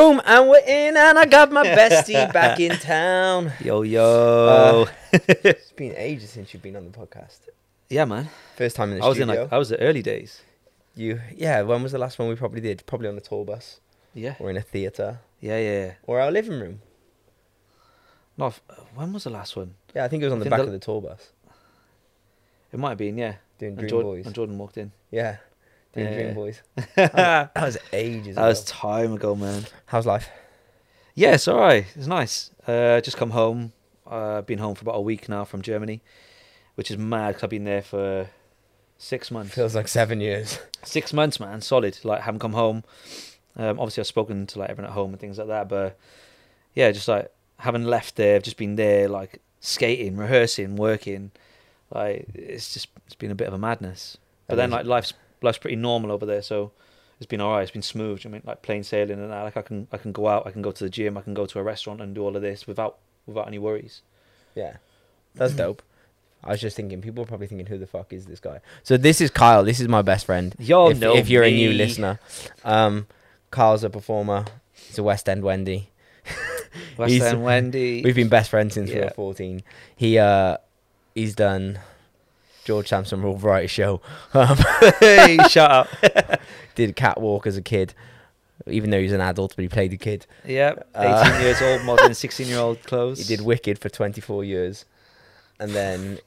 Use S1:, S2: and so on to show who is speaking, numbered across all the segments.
S1: I'm waiting, and I got my bestie back in town.
S2: Yo,
S1: Uh,
S2: yo.
S1: It's been ages since you've been on the podcast.
S2: yeah, man.
S1: First time in the
S2: I was in
S1: studio.
S2: like I was the early days.
S1: you, yeah. When was the last one we probably did? Probably on the tour bus,
S2: Yeah.
S1: or in a theater,
S2: Yeah, yeah. yeah.
S1: or our living room.
S2: Not f- when was the last one?
S1: Yeah, I think it was on the
S2: I think
S1: back
S2: the-
S1: of the tour bus
S2: It might have been, yeah.
S1: doing
S2: And
S1: Dream
S2: Jordan,
S1: Boys.
S2: and Jordan walked in.
S1: Yeah, doing
S2: Yeah.
S1: Dream Boys.
S2: that
S1: That was ages.
S2: was
S1: ago.
S2: time ago, man.
S1: How's life?
S2: Yeah, it's all right. It's nice. Uh, just come home. Uh, been home for about a week now from Germany, which is mad 'cause I've been there for six months.
S1: Feels like seven years.
S2: six months, man, solid. Like haven't come home. Um, obviously, I've spoken to like everyone at home and things like that, but yeah, just like haven't left there. I've just been there, like skating, rehearsing, working. Like it's just it's been a bit of a madness. But then
S1: Amazing.
S2: like life's life's pretty normal over there, so it's been alright. It's been smooth. I mean, like plain sailing and that. Like I can I can go out, I can go to the gym, I can go to a restaurant and do all of this without without any worries.
S1: Yeah, that's
S2: Mm.
S1: dope. I was just thinking, people are probably thinking, "Who the fuck is this guy?" So this is Kyle. This is my best friend.
S2: Yo,
S1: if, if you're a new listener, um, Kyle's a performer. He's a West End Wendy.
S2: West
S1: He's-
S2: End Wendy.
S1: We've been best friends since we were
S2: Yeah.
S1: 14. He uh, he's done George Sampson Rule Variety Show. Um,
S2: hey, shut up.
S1: did catwalk as a kid, even though he was an adult, but he played a kid.
S2: Yeah, 18
S1: Uh,
S2: years old, modern 16 year old clothes.
S1: He did Wicked for 24 years, and then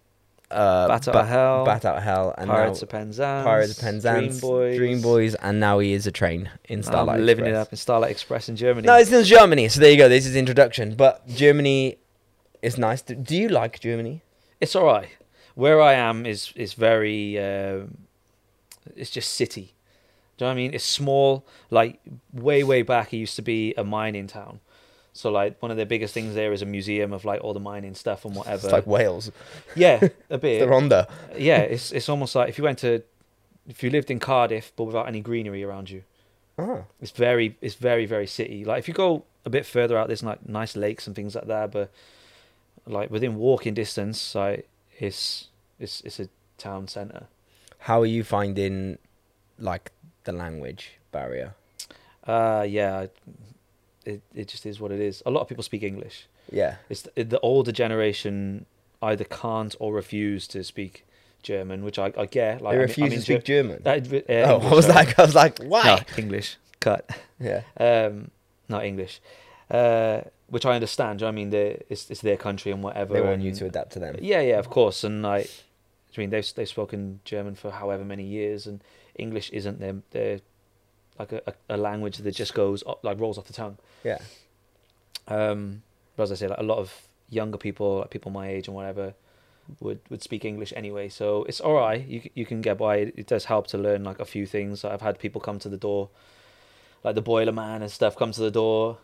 S1: uh,
S2: Bat Out
S1: Ba-
S2: of Hell,
S1: Bat Out of Hell, and
S2: Pirates
S1: now
S2: of Penzance,
S1: Pirates of Penzance,
S2: Dream Boys.
S1: and now he is a train in Starlight.
S2: I'm living
S1: Express.
S2: it up in Starlight Express in Germany.
S1: No, it's in Germany. So there you go. This is introduction. But Germany is nice. Do- Do you like Germany?
S2: it's all right. Where I am is is very. Um, it's just city. Do you know what I mean? It's small. Like way way back, it used to be a mining town. So like one of the biggest things there is a museum of like all the mining stuff and whatever.
S1: It's like Wales.
S2: yeah, a bit.
S1: They're on there.
S2: yeah, it's it's almost like if you went to, if you lived in Cardiff but without any greenery around you.
S1: Oh,
S2: It's very, it's very, very city. Like if you go a bit further out, there's like nice lakes and things like that. But like within walking distance, like it's it's it's a town center.
S1: how are you finding like the language barrier?
S2: Uh yeah, I- it it just is what it is. A lot of people speak English.
S1: Yeah,
S2: It's the, the older generation either can't or refuse to speak German, which I, I get. Like
S1: they
S2: I'm-
S1: refuse
S2: I'm in
S1: to speak
S2: Ger-
S1: German.
S2: that- uh,
S1: oh,
S2: English,
S1: I was
S2: sorry.
S1: like, I was like,
S2: No,
S1: why?
S2: English cut.
S1: Yeah,
S2: um, not English, uh, which I understand. do you know what I mean, they it's it's their country and whatever.
S1: they want you
S2: and-
S1: to adapt to them.
S2: Yeah, yeah, of course. And like, I mean, they've they've spoken German for however many years, and English isn't their their like a, a, a language that just goes up, like rolls off the tongue.
S1: Yeah,
S2: Um, but as I say, like a lot of younger people, like people my age and whatever, would would speak English anyway. So it's all right. You c- you can get by. It, it does help to learn like a few things. I've had people come to the door, like the boiler man and stuff, come to the door,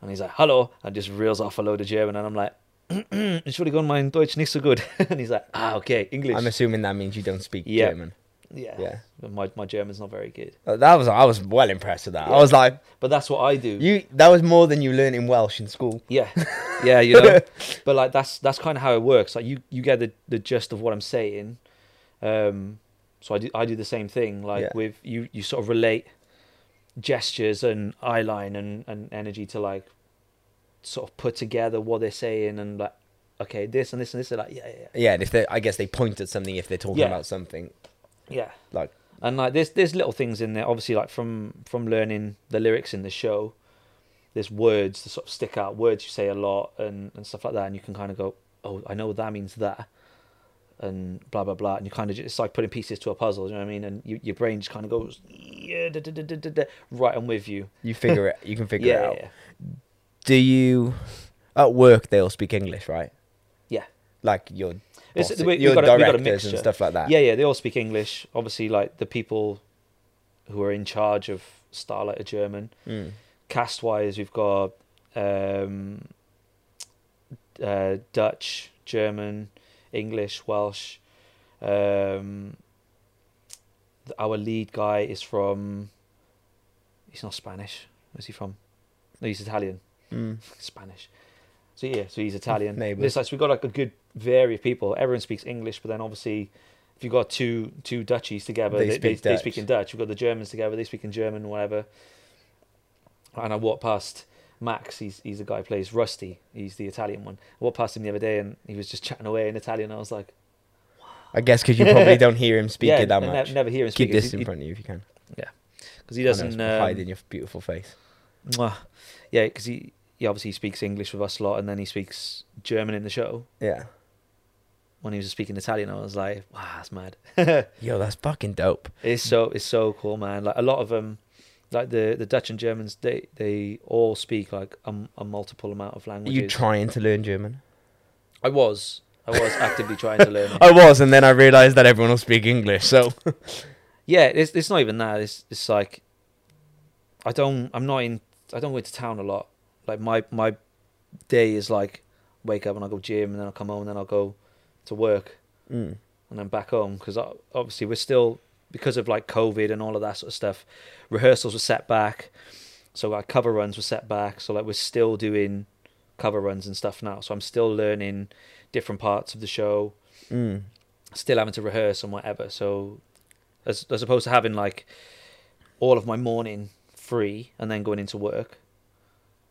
S2: and he's like, "Hello," and just reels off a load of German, and I'm like. Entschuldigung, mein Deutsch nicht so gut. and he's like, ah, okay, English.
S1: I'm assuming that means you don't speak
S2: Yeah.
S1: German.
S2: yeah.
S1: Yeah.
S2: But My, my German's not very good.
S1: Uh, That was I was well impressed with that. I
S2: Yeah.
S1: was like,
S2: But that's what I do.
S1: you. That was more than you learned in Welsh in school.
S2: Yeah, yeah, you know. but like that's that's kind of how it works. Like you you get the the gist of what I'm saying. Um, so I do I do the same thing. Like
S1: Yeah.
S2: with you you sort of relate gestures and eye line and and energy to like sort of put together what they're saying and like okay this and this and this are like yeah yeah
S1: Yeah, and if they, I guess they point at something if they're talking
S2: Yeah.
S1: about something
S2: yeah. yeah.
S1: like
S2: and like there's there's little things in there obviously like from from learning the lyrics in the show there's words that sort of stick out words you say a lot and and stuff like that and you can kind of go oh i know that means that and blah blah blah and you kind of just it's like putting pieces to a puzzle you know what i mean and you, your brain just kind of goes yeah da, da, da, da, da, da, right i'm with you
S1: you figure it. You can figure
S2: yeah,
S1: it out.
S2: yeah
S1: do you at work they'll speak english right
S2: yeah
S1: like your
S2: It's-
S1: boss,
S2: we- we
S1: your
S2: got a- we got a
S1: directors and
S2: mixture.
S1: stuff like that
S2: Yeah, yeah, they all speak English. Obviously, like the people who are in charge of Starlight are German.
S1: Mm.
S2: Cast wise, we've got um, uh, Dutch, German, English, Welsh. Um, th- our lead guy is from. He's not Spanish. Where's he from? No, he's Italian.
S1: Mm.
S2: Spanish. So yeah, so he's Italian.
S1: Neighbours.
S2: It's like, so we've got like a good vary of people. Everyone speaks English, but then obviously, if you've got two two Dutchies together,
S1: They
S2: they, they,
S1: speak
S2: they
S1: Dutch.
S2: speak in Dutch. You've got the Germans together, they speak in German, whatever. And I walked past Max, he's he's a guy who plays Rusty. He's the Italian one. I walked past him the other day and he was just chatting away in Italian. I was like,
S1: I guess because you probably don't hear him speak
S2: yeah,
S1: it that
S2: I ne-
S1: much.
S2: never hear him
S1: Keep
S2: speak.
S1: this in front of you if you can.
S2: because he
S1: I know it's
S2: doesn't. Um,
S1: hide in your beautiful face.
S2: mwah. yeah, because he, he obviously speaks English with us a lot, and then he speaks German in the show.
S1: Yeah.
S2: When he was speaking Italian, I was like, wow, that's mad.
S1: Yo, that's fucking dope.
S2: It's so it's so cool, man. Like a lot of them, like the the Dutch and Germans, they they all speak like a, m- a multiple amount of
S1: Are
S2: languages.
S1: you trying to learn German?
S2: I was I was actively trying to learn.
S1: I was, and then I realized that everyone will speak English. So
S2: Yeah, it's it's not even that. It's it's like I don't I'm not in I don't go into town a lot. Like my my day is like wake up and I go gym and then I'll come home and then I'll go to work
S1: Mm.
S2: and then back home because obviously we're still because of like COVID and all of that sort of stuff. Rehearsals were set back, so our cover runs were set back. So like we're still doing cover runs and stuff now. So I'm still learning different parts of the show,
S1: Mm.
S2: still having to rehearse and whatever. So as as opposed to having like all of my morning free and then going into work,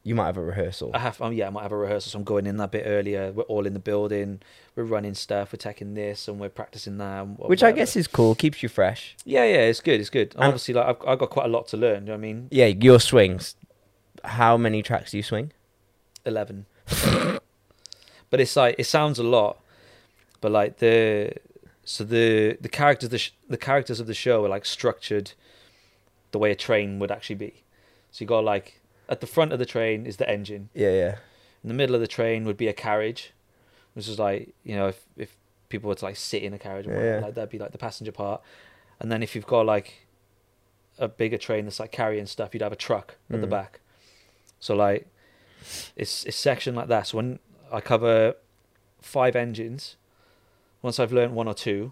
S1: you might have a rehearsal.
S2: I have, um, yeah, I might have a rehearsal, so I'm going in that bit earlier. We're all in the building, we're running stuff, we're taking this, and we're practicing that. and wha-
S1: which I
S2: whatever.
S1: guess is cool, keeps you fresh.
S2: Yeah, yeah, it's good. It's good. And
S1: And-
S2: obviously, like I've, I've got quite a lot to learn. You know what I mean?
S1: Yeah, your swings. How many tracks do you swing?
S2: Eleven. but it's like it sounds a lot, but like the so the the characters the, sh- the characters of the show are like structured the way a train would actually be. So you got like at the front of the train is the engine.
S1: Yeah, yeah.
S2: In the middle of the train would be a carriage, which is like you know if if people were to like sit in a carriage, and
S1: Yeah,
S2: whatnot,
S1: yeah.
S2: like that'd be like the passenger part. And then if you've got like a bigger train that's like carrying stuff, you'd have a truck at the
S1: Mm.
S2: back. So like it's it's section like that. So when I cover five engines, once I've learned one or two,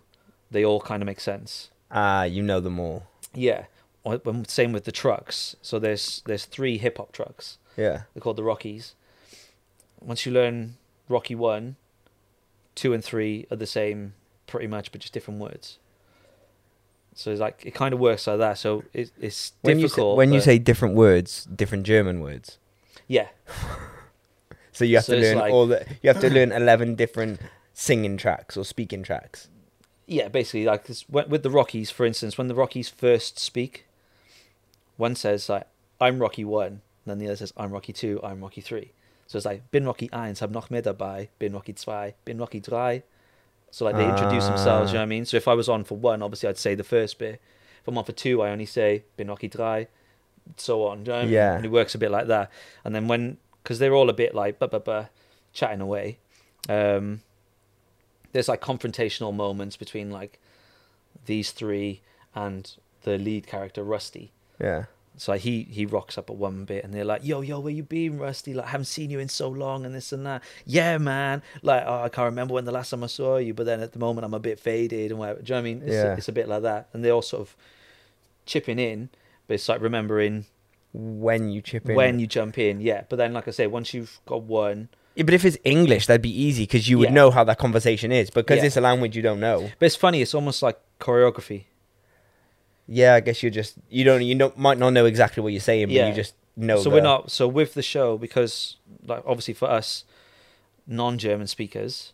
S2: they all kind of make sense.
S1: Ah, you know them all.
S2: Yeah. Or- when- Same with the trucks. So there's there's three hip hop trucks.
S1: Yeah.
S2: They're called the Rockies. Once you learn Rocky one, two and three are the same pretty much, but just different words. So it's like it kind of works like that. So it, it's
S1: When you say,
S2: difficult.
S1: when you
S2: but-
S1: say different words, different German words.
S2: yeah,
S1: So you have
S2: So
S1: to
S2: it's
S1: learn
S2: like-
S1: all the. You have to learn eleven different singing tracks or speaking tracks.
S2: yeah, basically like this, when, with the Rockies, for instance, when the Rockies first speak, one says like "I'm Rocky one," then the other says "I'm Rocky two, I'm Rocky three. So it's like "Bin Rocky eins, hab noch mehr dabei," "Bin Rocky zwei, bin Rocky drei." So like they introduce themselves, you know what I mean? So if I was on for one, obviously I'd say the first bit. If I'm on for two, I only say "Bin Rocky drei," so on. do you know what I mean?
S1: Yeah.
S2: and it works a bit like that. And then when because they're all a bit like "ba ba ba," chatting away. Um, there's like confrontational moments between like these three and the lead character Rusty.
S1: Yeah.
S2: So like, he he rocks up at one bit, and they're like, "Yo, yo, where you been, Rusty? Like, haven't seen you in so long, and this and that." Yeah, man. Like, oh, I can't remember when the last time I saw you, but then at the moment I'm a bit faded and whatever. Do you know what I mean? It's,
S1: Yeah.
S2: it's a bit like that, and they all sort of chipping in, but it's like remembering
S1: When you chip in.
S2: when you jump in. Yeah, but then like I say, once you've got one,
S1: Yeah, but if it's English, that'd be easy because you would
S2: Yeah.
S1: know how that conversation is. Because
S2: Yeah.
S1: it's a language you don't know.
S2: but it's funny. It's almost like choreography.
S1: Yeah, I guess you're just you don't you don't might not know exactly what you're saying, but
S2: Yeah.
S1: you just know.
S2: so
S1: the-
S2: we're not so with the show because like obviously for us non-german speakers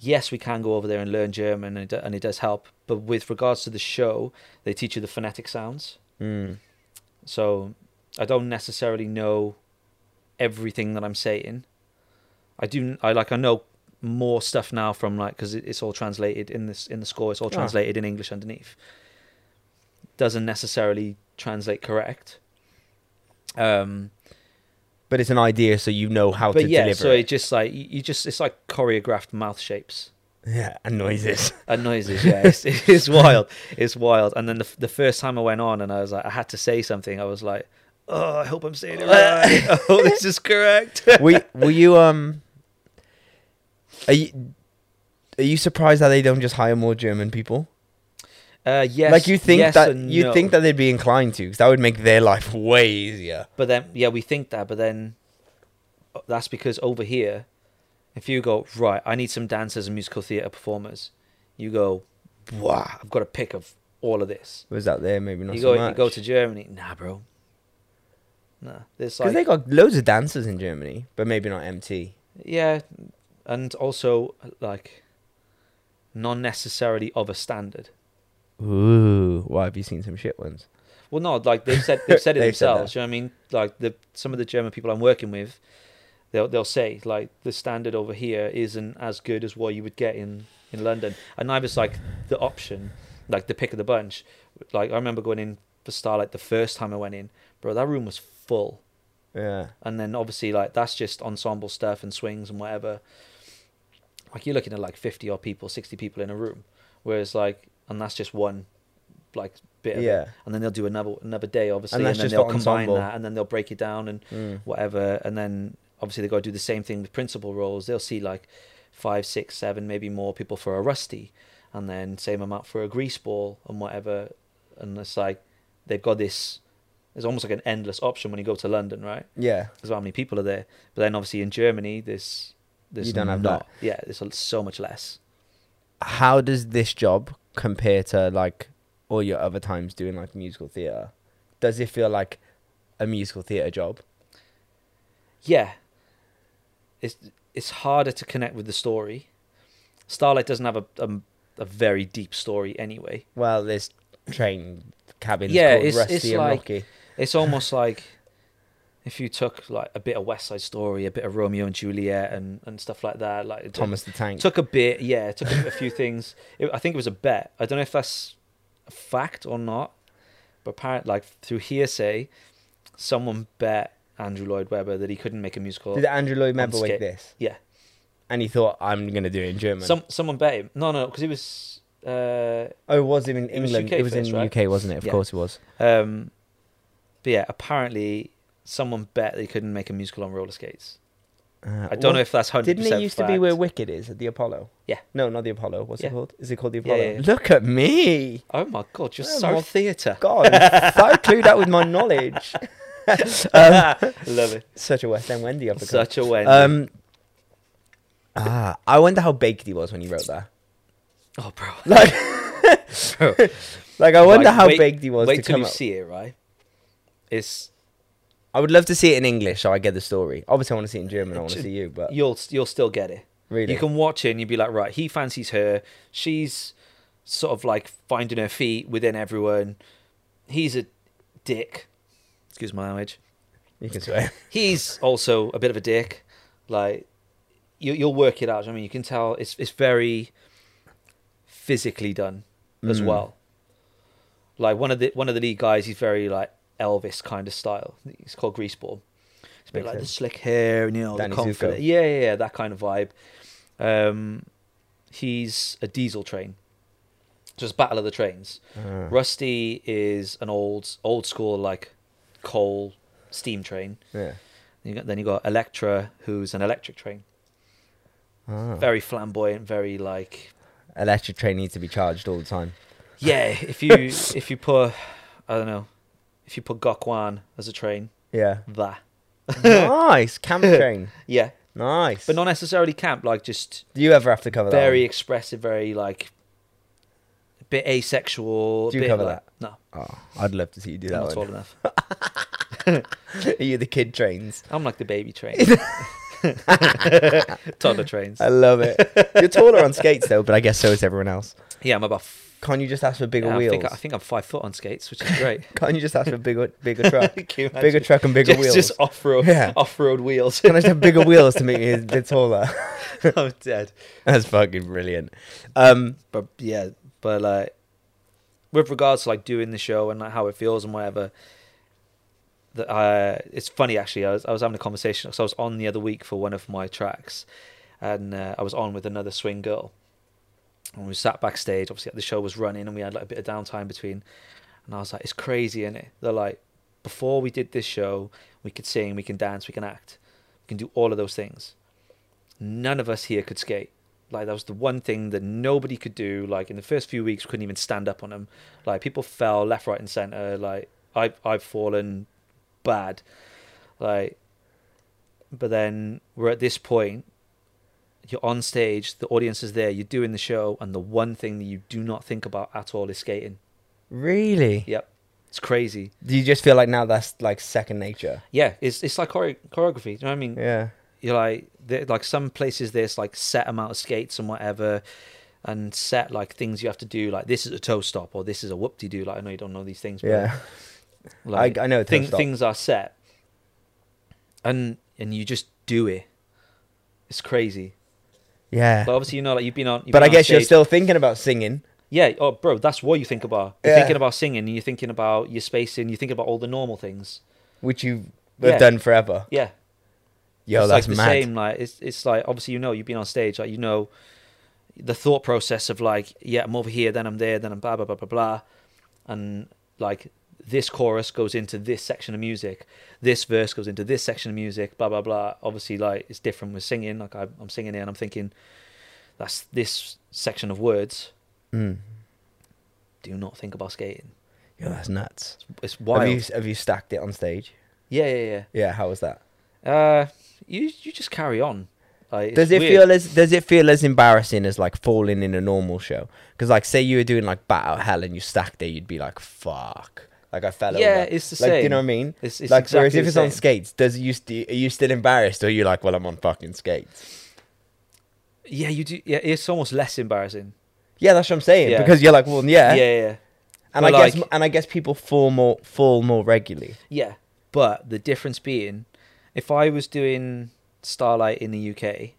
S2: yes we can go over there and learn german and it, do- and it does help but with regards to the show they teach you the phonetic sounds
S1: Mm.
S2: so i don't necessarily know everything that i'm saying i do i like i know more stuff now from like because it, it's all translated in this in the score it's all
S1: Ah.
S2: translated in english underneath doesn't necessarily translate correct um
S1: But it's an idea, so you know how
S2: but
S1: to
S2: yeah,
S1: deliver.
S2: so
S1: it.
S2: it just like you you just it's like choreographed mouth shapes
S1: Yeah, and noises.
S2: and noises. Yeah, it's, it's wild. It's wild. And then the the first time I went on and I was like, I had to say something. I was like, oh, I hope I'm saying it right. I hope this is correct.
S1: were, were you um? Are you are you surprised that they don't just hire more German people?
S2: Uh, yes,
S1: like you think
S2: yes
S1: that
S2: and
S1: you
S2: no.
S1: think that they'd be inclined to, because that would make their life way easier.
S2: But then, yeah, we think that, but then uh, that's because over here, if you go, right, I need some dancers and musical theatre performers, you go, wow, I've got a pick of all of this.
S1: Was that there? Maybe not.
S2: you
S1: so
S2: go,
S1: much.
S2: you go to Germany, nah, bro. Nah, there's
S1: Because
S2: like
S1: they got loads of dancers in Germany, but maybe not MT.
S2: yeah, and also like not necessarily of a standard.
S1: Ooh, why have you seen some shit ones?
S2: Well, no, like they've said they've said it
S1: They've said that.
S2: themselves. you know what I mean? Like the some of the German people I'm working with, they'll they'll say like the standard over here isn't as good as what you would get in in London, and I was like the option, like the pick of the bunch. Like I remember going in for Starlight the first time I went in, bro. That room was full,
S1: Yeah,
S2: and then obviously like that's just ensemble stuff and swings and whatever. Like you're looking at like fifty odd people, sixty people in a room, whereas like and that's just one like bit of it
S1: yeah.
S2: and then they'll do another another day obviously
S1: And
S2: and,
S1: that's
S2: then
S1: just
S2: they'll
S1: for
S2: combine
S1: ensemble.
S2: that and then they'll break it down and
S1: Mm.
S2: whatever and then obviously they've got to do the same thing with principal roles they'll see like five six seven maybe more people for a rusty and then same amount for a grease ball and whatever and it's like they've got this it's almost like an endless option when you go to london right
S1: Yeah,
S2: because how many people are there but then obviously in germany this this
S1: You don't have that.
S2: yeah there's a- so much less
S1: how does this job compare to like all your other times doing like musical theater? Does it feel like a musical theater job?
S2: yeah, it's it's harder to connect with the story. Starlight doesn't have a a, a very deep story anyway.
S1: Well, this train cabin
S2: Yeah,
S1: called
S2: it's-
S1: Rusty
S2: it's
S1: and
S2: like-
S1: Rocky.
S2: It's almost like if you took like a bit of West Side Story, a bit of Romeo and Juliet, and and stuff like that. Like it
S1: Thomas the Tank.
S2: took a bit, yeah, it took a, a few things. It, I think it was a bet. I don't know if that's a fact or not, but apparently, like through hearsay, someone bet Andrew Lloyd Webber that he couldn't make a musical.
S1: Did Andrew Lloyd Webber
S2: skip.
S1: make this?
S2: Yeah.
S1: And he thought, I'm going to do it in German.
S2: Some someone bet him. No, no, because he was. Uh,
S1: oh, it was in
S2: It was
S1: England.
S2: UK
S1: It was,
S2: first,
S1: in
S2: right?
S1: UK, wasn't it? Of
S2: Yeah.
S1: course it was.
S2: Um, but yeah, apparently someone bet they couldn't make a musical on roller skates.
S1: Uh,
S2: I don't know
S1: what-
S2: if that's hundred
S1: Didn't
S2: percent.
S1: it used to be where Wicked is at the Apollo?
S2: Yeah.
S1: No, not the Apollo. What's
S2: Yeah.
S1: it called? Is it called the
S2: Yeah,
S1: Apollo?
S2: yeah, yeah.
S1: Look at me.
S2: Oh my god, you're
S1: Oh
S2: so
S1: my
S2: theatre.
S1: God, I'm so clued up with my knowledge. Um,
S2: Love it.
S1: Such a West End Wendy I've become.
S2: Such a way.
S1: Um, ah, I wonder how baked he was when he wrote that.
S2: oh, bro.
S1: Like,
S2: Bro.
S1: like I wonder
S2: Like,
S1: how
S2: wait-
S1: baked he was to
S2: Wait till
S1: come
S2: you
S1: up.
S2: see it, right? It's
S1: I would love to see it in English so I get the story. Obviously, I want to see it in German. I want to
S2: Ju-
S1: see you, but
S2: you'll you'll still get it.
S1: really,
S2: You can watch it and you'd be like, right, he fancies her. She's sort of like finding her feet within everyone. He's a dick. Excuse my language.
S1: you can swear.
S2: he's also a bit of a dick. Like you, you'll work it out. I mean, you can tell it's it's very physically done as
S1: Mm.
S2: well. Like one of the one of the lead guys, he's very like Elvis kind of style. He's called Greaseball. It's a bit
S1: Makes
S2: like the
S1: sense.
S2: slick hair and you know
S1: Danny
S2: the confident,
S1: Zuko.
S2: yeah, yeah, yeah, that kind of vibe. Um, he's a diesel train. Just battle of the trains.
S1: Ah,
S2: Rusty is an old old school like coal steam train.
S1: yeah.
S2: You got, then you got Electra, who's an electric train,
S1: Ah.
S2: very flamboyant, very like
S1: Electric train needs to be charged all the time.
S2: yeah. If you if you put I don't know, if you put Gokwan as a train,
S1: Yeah.
S2: that
S1: nice camp train.
S2: yeah,
S1: Nice.
S2: but not necessarily camp, like just
S1: Do you ever have to cover that?
S2: very
S1: one?
S2: expressive, very like a bit asexual. a
S1: Do you
S2: bit
S1: cover
S2: like, No,
S1: Oh, I'd love to see you do
S2: I'm
S1: that.
S2: not tall
S1: One.
S2: enough.
S1: Are you the kid trains?
S2: I'm like the baby train, toddler trains.
S1: I love it. You're taller on skates though, but I guess so is everyone else.
S2: Yeah, I'm about. F-
S1: Can't you just ask for bigger
S2: yeah, I
S1: wheels?
S2: think, I think I'm five foot on skates, which is great.
S1: Can't you just ask for bigger, bigger truck,
S2: Can you
S1: bigger
S2: imagine?
S1: truck and bigger
S2: just,
S1: wheels?
S2: Just off road,
S1: Yeah.
S2: off road wheels.
S1: Can I just have bigger wheels to make me a bit taller?
S2: I'm dead.
S1: That's fucking brilliant. Um,
S2: But yeah, but like with regards to like doing the show and like how it feels and whatever. That uh, it's funny actually. I was I was having a conversation because I was on the other week for one of my tracks, and uh, I was on with another swing girl, and we sat backstage. Obviously, the show was running, and we had like a bit of downtime between. And I was like, "It's crazy, is it?" They're like, "Before we did this show, we could sing, we can dance, we can act, we can do all of those things. None of us here could skate. Like that was the one thing that nobody could do. Like in the first few weeks, we couldn't even stand up on them. Like people fell left, right, and center. Like I, I've fallen bad. Like, but then we're at this point. You're on stage, the audience is there, you're doing the show, and the one thing that you do not think about at all is skating.
S1: really?
S2: Yep. It's crazy.
S1: Do you just feel like now that's like second nature?
S2: Yeah, it's it's like chore- choreography. Do you know what I mean?
S1: Yeah.
S2: You're like there- like some places there's like set amount of skates and whatever, and set like things you have to do. Like this is a toe stop or this is a whoop de doo. Like I know you don't know these things. But,
S1: Yeah.
S2: Like
S1: I, I know.
S2: thing,
S1: Thing, thing.
S2: things are set, and and you just do it. It's crazy.
S1: Yeah.
S2: But obviously, you know, like you've been on. You've
S1: But
S2: been
S1: I
S2: on
S1: guess you're
S2: stage.
S1: still thinking about singing.
S2: Yeah, oh, bro, that's what you think about. You're
S1: Yeah.
S2: thinking about singing, and you're thinking about your spacing, you're thinking about all the normal things.
S1: which you've
S2: Yeah.
S1: done forever.
S2: Yeah,
S1: Yo,
S2: it's
S1: that's
S2: like the
S1: mad.
S2: same. Like it's it's like obviously you know you've been on stage, like you know the thought process of like yeah I'm over here, then I'm there, then I'm blah blah blah blah blah, and like this chorus goes into this section of music, this verse goes into this section of music, blah blah blah. Obviously, like it's different with singing. Like I, I'm singing here, and I'm thinking that's this section of words.
S1: Mm.
S2: Do not think about skating.
S1: Yo, that's nuts.
S2: It's, it's wild.
S1: Have you have you stacked it on stage?
S2: Yeah, yeah, yeah.
S1: Yeah, how was that?
S2: Uh, you you just carry on. Like, it's
S1: does it
S2: weird.
S1: feel as does it feel as embarrassing as like falling in a normal show? Because like, say you were doing like Bat Out Hell and you stacked it, you'd be like, fuck. Like I fell
S2: Yeah,
S1: over.
S2: it's the
S1: Like, do you
S2: same.
S1: know what I mean?
S2: It's, it's
S1: like,
S2: exactly
S1: whereas if
S2: the
S1: it's on
S2: same.
S1: skates, does you st- are you still embarrassed or are you like, well, I'm on fucking skates?
S2: yeah, you do. Yeah, it's almost less embarrassing.
S1: Yeah, that's what I'm saying.
S2: Yeah.
S1: Because you're like, well, yeah.
S2: Yeah, yeah,
S1: And
S2: But,
S1: I guess
S2: like-
S1: and I guess people fall more fall more regularly.
S2: yeah. But the difference being, if I was doing Starlight in the UK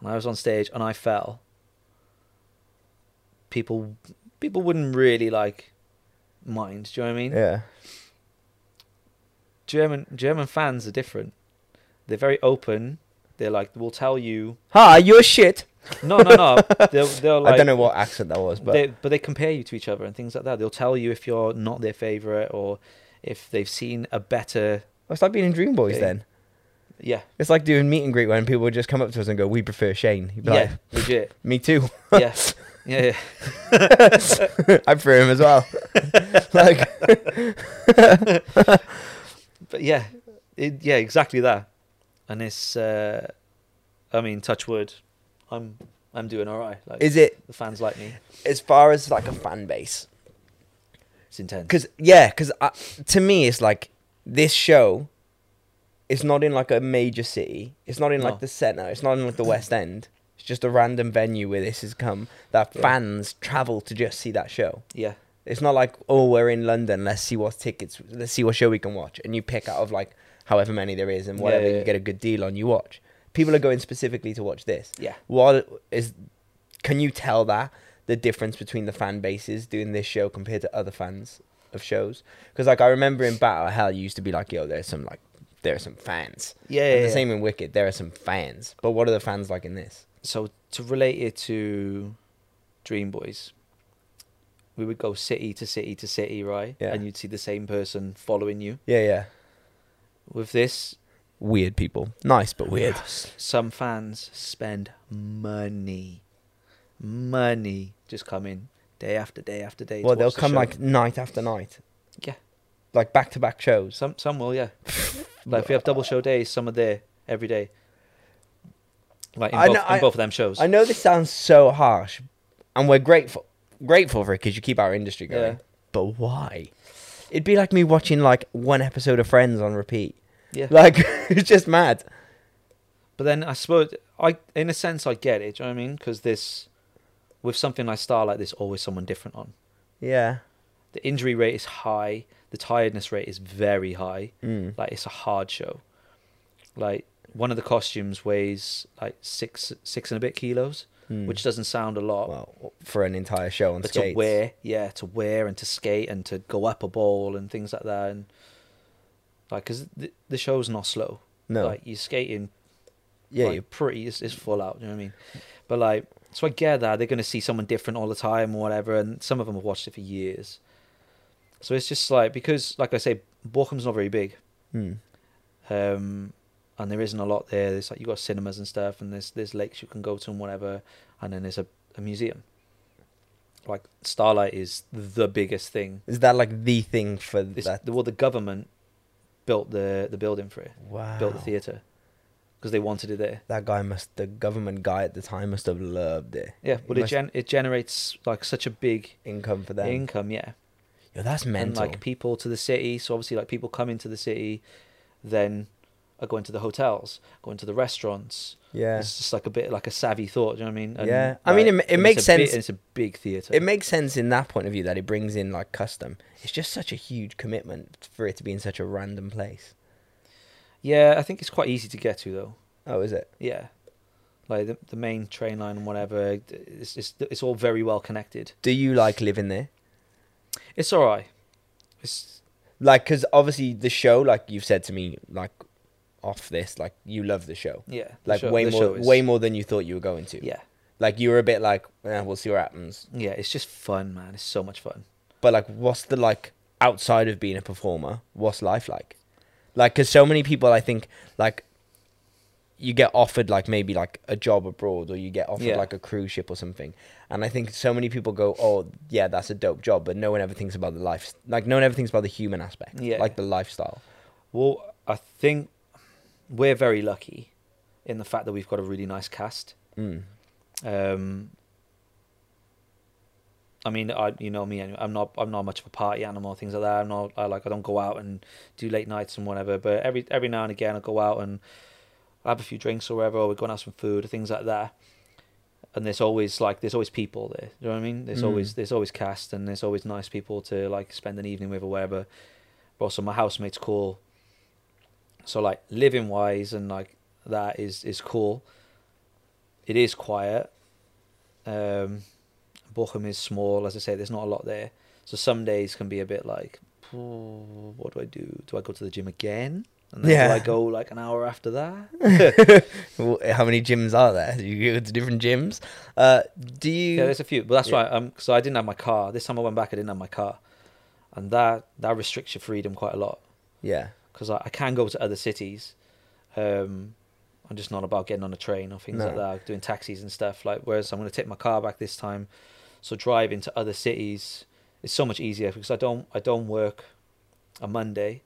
S2: and I was on stage and I fell, people people wouldn't really like mind. Do you know what I mean?
S1: Yeah.
S2: German German fans are different. They're very open. They're like, we'll tell you.
S1: Ha, you're shit.
S2: No, no, no. they'll, they'll like.
S1: I don't know what accent that was, but
S2: they, but they compare you to each other and things like that. They'll tell you if you're not their favorite or if they've seen a better.
S1: It's like being in Dream Boys
S2: They-
S1: then.
S2: Yeah,
S1: It's like doing meet and greet when people would just come up to us and go, We prefer Shane. You'd be like,
S2: yeah, legit.
S1: Me too.
S2: Yeah, yeah, yeah.
S1: I prefer him as well. like
S2: But yeah, it, yeah, exactly that. And it's, uh, I mean, touch wood, I'm I'm doing all right. Like
S1: is it
S2: the fans like me.
S1: as far as like a fan base?
S2: It's intense.
S1: Cause yeah, cause I, to me it's like this show it's not in like a major city. It's not in
S2: No.
S1: like the centre. It's not in like the West End. It's just a random venue where this has come that
S2: Yeah.
S1: fans travel to just see that show.
S2: Yeah,
S1: It's not like oh we're in London, let's see what tickets, let's see what show we can watch, and you pick out of like however many there is and
S2: Yeah,
S1: whatever
S2: yeah, yeah.
S1: you get a good deal on, you watch. People are going specifically to watch this.
S2: yeah,
S1: What is? Can you tell that the difference between the fan bases doing this show compared to other fans of shows? Because like I remember in Battle of Hell, you used to be like yo, there's some like there are some fans.
S2: yeah.
S1: and
S2: yeah,
S1: the
S2: yeah.
S1: same in Wicked, there are some fans. But what are the fans like in this?
S2: so to relate it to Dream Boys, we would go city to city to city, right?
S1: Yeah.
S2: And you'd see the same person following you.
S1: Yeah, yeah.
S2: With this,
S1: Weird people, nice but weird.
S2: some fans spend money, money just come in day after day after day. to
S1: Well,
S2: watch
S1: they'll
S2: the
S1: come
S2: show.
S1: like night after night.
S2: Yeah.
S1: Like back to back shows.
S2: some some will, yeah. like if we have double show days, some are there every day. Like in,
S1: I
S2: both,
S1: know-
S2: in
S1: I-
S2: both of them shows.
S1: I know this sounds so harsh, and we're grateful grateful for it because you keep our industry going.
S2: Yeah.
S1: But why? It'd be like me watching like one episode of Friends on repeat.
S2: yeah.
S1: Like it's just mad.
S2: But then I suppose I, in a sense, I get it. Do you know what I mean? Because this, with something like Starlight, there's always someone different on.
S1: Yeah.
S2: The injury rate is high. The tiredness rate is very high.
S1: Mm.
S2: Like it's a hard show. Like one of the costumes weighs like six, six and a bit kilos,
S1: Mm.
S2: which doesn't sound a lot,
S1: well for an entire show on
S2: but to
S1: skates.
S2: wear, yeah, to wear and to skate and to go up a ball and things like that, and like because the, the show's not slow.
S1: No.
S2: like you're skating
S1: yeah.
S2: like,
S1: you-
S2: pretty it's, it's full out. You know what I mean? But like, so I get that they're gonna see someone different all the time or whatever, and some of them have watched it for years. So it's just like because, like I say, Borkham's not very big,
S1: mm.
S2: um, and there isn't a lot there. There's like you got cinemas and stuff, and there's there's lakes you can go to and whatever, and then there's a, a museum. Like Starlight is the biggest thing.
S1: Is that like the thing for
S2: It's,
S1: that?
S2: well, the government built the the building for it,
S1: Wow.
S2: built the theatre, because they wanted it there.
S1: That guy must. The government guy at the time must have loved it.
S2: Yeah,
S1: It
S2: well, it,
S1: must-
S2: gen- it generates like such a big
S1: income for them.
S2: income. Yeah,
S1: Yo, that's mental.
S2: and like people to the city. So obviously, like people come into the city, then are going to the hotels, going to the restaurants.
S1: yeah.
S2: It's just like a bit like a savvy thought. Do you know what I mean?
S1: Yeah. I mean, it ma- it
S2: and
S1: makes
S2: it's a big-
S1: sense.
S2: and it's a big theater.
S1: It makes sense in that point of view that it brings in like custom. It's just such a huge commitment for it to be in such a random place.
S2: yeah, I think it's quite easy to get to though.
S1: Oh, is it?
S2: Yeah, like the, the main train line and whatever. It's, it's it's all very well connected.
S1: Do you like living there?
S2: It's all right. It's
S1: Like, because obviously the show, like you've said to me, like off this, like you love the show,
S2: yeah. the
S1: like
S2: show-
S1: way
S2: the
S1: more,
S2: show is-
S1: way more than you thought you were going to.
S2: Yeah,
S1: Like you were a bit like, eh, we'll see what happens.
S2: yeah. It's just fun, man. It's so much fun.
S1: But like, what's the like outside of being a performer? What's life like? Like, because so many people, I think, like you get offered like maybe like a job abroad or you get offered
S2: Yeah.
S1: like a cruise ship or something and i think so many people go oh yeah that's a dope job but no one ever thinks about the life like no one ever thinks about the human aspect
S2: Yeah.
S1: like the lifestyle
S2: Well, I think we're very lucky in the fact that we've got a really nice cast.
S1: mm.
S2: Um, I mean, I you know me, anyway, I'm not I'm not much of a party animal, things like that. I'm not I like I don't go out and do late nights and whatever. But every every now and again, I go out and have a few drinks or whatever, or we go and have some food or things like that. And there's always like there's always people there. You know what I mean? There's
S1: Mm.
S2: always there's always cast and there's always nice people to like spend an evening with or whatever. But also my housemates cool. So like living wise and like that is is cool. It is quiet. Um, Bochum is small, as I say. There's not a lot there, so some days can be a bit like, "Ooh, what do I do? Do I go to the gym again? And then do
S1: Yeah. Mm.
S2: I go like an hour after that?
S1: Well, how many gyms are there? Do you go to different gyms? Uh, do you?
S2: Yeah, there's a few, but that's
S1: Yeah.
S2: why. Um, so I didn't have my car this time. I went back. I didn't have my car, and that that restricts your freedom quite a lot
S1: yeah,
S2: because I, I can go to other cities. Um, I'm just not about getting on a train or things like
S1: No.
S2: that, doing taxis and stuff. Like, whereas I'm going to take my car back this time, so driving to other cities is so much easier because I don't I don't work a Monday,